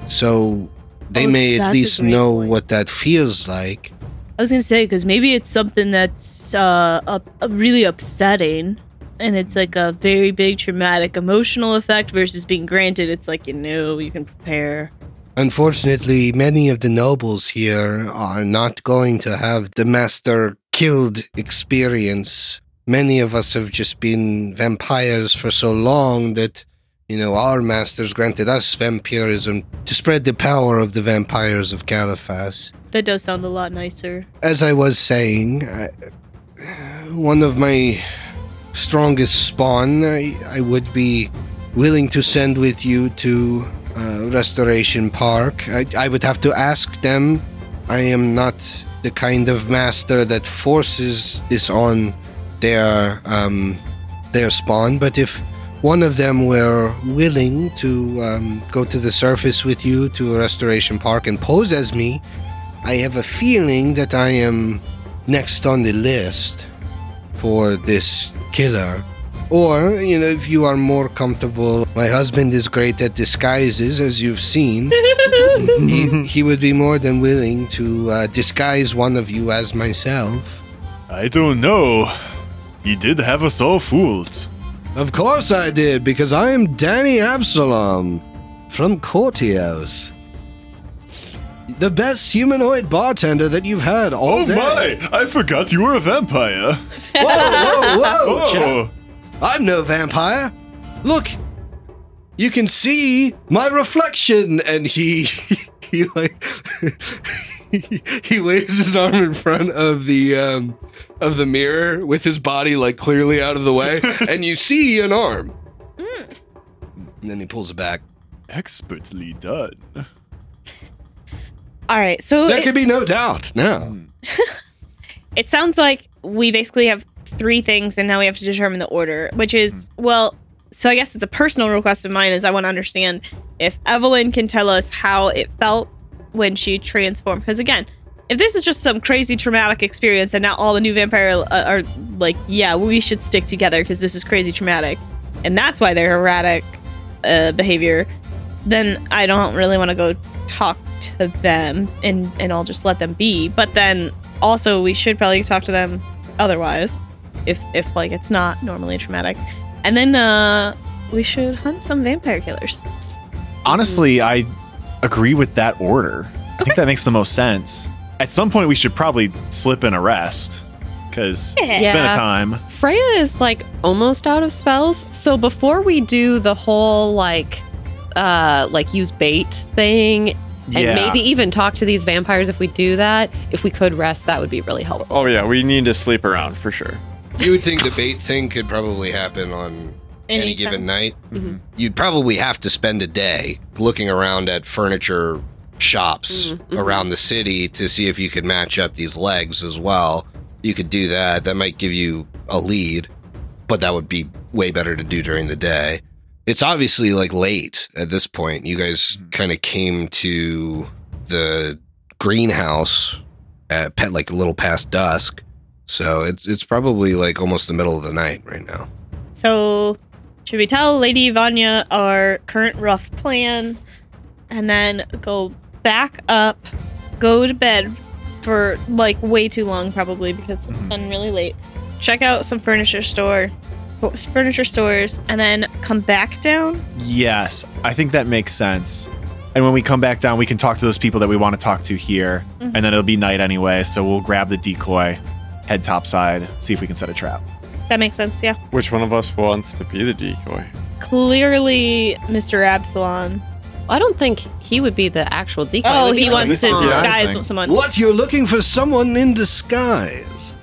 S2: So they
S4: Oh,
S2: may
S4: that's
S2: at
S4: a
S2: least
S4: great
S2: know
S4: point.
S2: what that feels like.
S4: I was gonna say because maybe it's something that's uh, up, uh, really upsetting, and it's like a very big traumatic emotional effect versus being granted. It's like you know you can prepare.
S2: Unfortunately, many of the nobles here are not going to have the master killed experience. Many of us have just been vampires for so long that, you know, our masters granted us vampirism to spread the power of the vampires of Caliphas
S4: That does sound a lot nicer.
S2: as I was saying, I, one of my strongest spawn, I, I would be willing to send with you to uh, Restoration Park. I, I would have to ask them. I am not the kind of master that forces this on their um, their spawn, but if one of them were willing to um, go to the surface with you to Restoration Park and pose as me, I have a feeling that I am next on the list for this killer. Or, you know, if you are more comfortable, my husband is great at disguises, as you've seen. he, he would be more than willing to uh, disguise one of you as myself.
S5: I don't know. You did have us all fooled.
S2: Of course I did, because I am Danny Absalom from Cortios. The best humanoid bartender that you've had all day.
S5: Oh I forgot you were a vampire. Oh,
S2: Whoa, whoa, whoa, chap. I'm no vampire. Look, you can see my reflection, and he he like he waves his arm in front of the um, of the mirror with his body like clearly out of the way, and you see an arm. Hmm. And then he pulls it back.
S5: expertly done.
S3: All right, so
S2: There
S3: it,
S2: can be no doubt now.
S3: it sounds like we basically have three things, and now we have to determine the order, which is well. So I guess it's a personal request of mine is I want to understand if Evelyn can tell us how it felt when she transformed. Because again, if this is just some crazy traumatic experience, and not all the new vampire uh, are like, yeah, we should stick together because this is crazy traumatic, and that's why they're erratic uh, behavior, then I don't really want to go talk to them, and and I'll just let them be. But then also we should probably talk to them otherwise if if like it's not normally traumatic and then uh we should hunt some vampire killers
S5: Honestly,
S7: Hmm.
S5: I agree with that order. I think that makes the most sense. At some point, we should probably slip in a rest because it's been a
S7: Yeah.
S5: time.
S7: Freya is like almost out of spells. So before we do the whole like uh like use bait thing and
S5: yeah,
S7: maybe even talk to these vampires if we do that, if we could rest, that would be really helpful.
S6: Oh yeah, we need to sleep around for sure.
S2: You would think the bait thing could probably happen on any,
S3: Anytime.
S2: given night. You'd probably have to spend a day looking around at furniture shops around the city to see if you could match up these legs as well. You could do that. That might give you a lead, but that would be way better to do during the day. It's obviously like late at this point. You guys kind of came to the greenhouse at pet like a little past dusk So it's it's probably like almost the middle of the night right now.
S4: So, should we tell Lady Vanya our current rough plan and then go back up, go to bed for like way too long, probably because
S2: Mm-hmm.
S4: it's been really late? Check out some furniture store. Furniture stores, and then come back down.
S5: Yes, I think that makes sense. And when we come back down, we can talk to those people that we want to talk to here.
S7: Mm-hmm.
S5: And then it'll be night anyway, so we'll grab the decoy, head topside, see if we can set a trap.
S4: That makes sense, yeah.
S6: Which one of us wants to be the decoy?
S4: Clearly, Mr. Absalon.
S7: I don't think he would be the actual decoy. It
S4: Oh,
S7: would be
S4: he
S7: like a
S4: wants to
S7: fawn.
S5: yeah.
S4: disguise
S5: thing.
S4: someone.
S2: What you're looking for someone in disguise?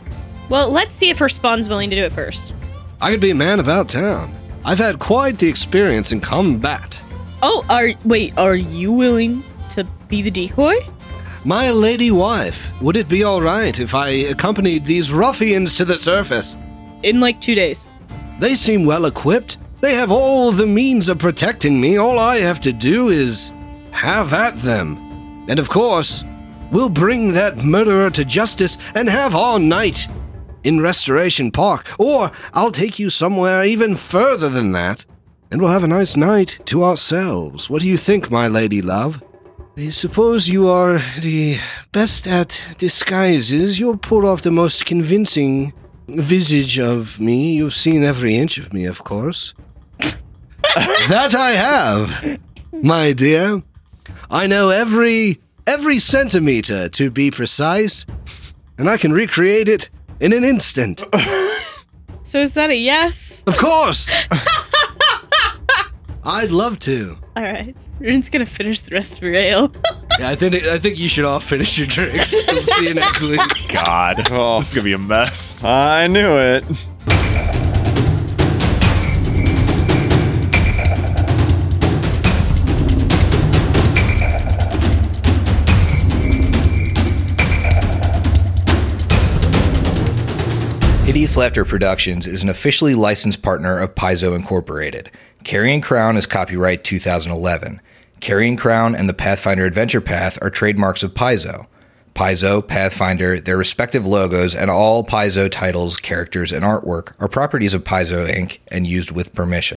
S4: Well, let's see if her spawn's willing to do it first.
S2: I could be a man about town. I've had quite the experience in combat.
S4: Oh, are wait, are you willing to be the decoy?
S2: My lady wife, would it be all right if I accompanied these ruffians to the surface?
S4: In like two days.
S2: They seem well equipped. They have all the means of protecting me. All I have to do is have at them. And of course, we'll bring that murderer to justice and have our night in Restoration Park. Or I'll take you somewhere even further than that, and we'll have a nice night to ourselves. What do you think, my lady love? I suppose you are the best at disguises. You'll pull off the most convincing visage of me. You've seen every inch of me, of course. that I have, my dear. I know every every centimeter to be precise, and I can recreate it in an instant.
S4: So is that a yes?
S2: Of course. I'd love to.
S4: All right. Rune's gonna finish the rest of her ale.
S2: Yeah, I think I think you should all finish your drinks. We'll see you next week.
S5: God,
S6: Oh.
S5: this is going to be a mess.
S6: I knew it.
S8: Hideous Laughter Productions is an officially licensed partner of Paizo Incorporated. Carrying Crown is copyright 2011. Carrying Crown and the Pathfinder Adventure Path are trademarks of Paizo. Paizo, Pathfinder, their respective logos, and all Paizo titles, characters, and artwork are properties of Paizo Inc. and used with permission.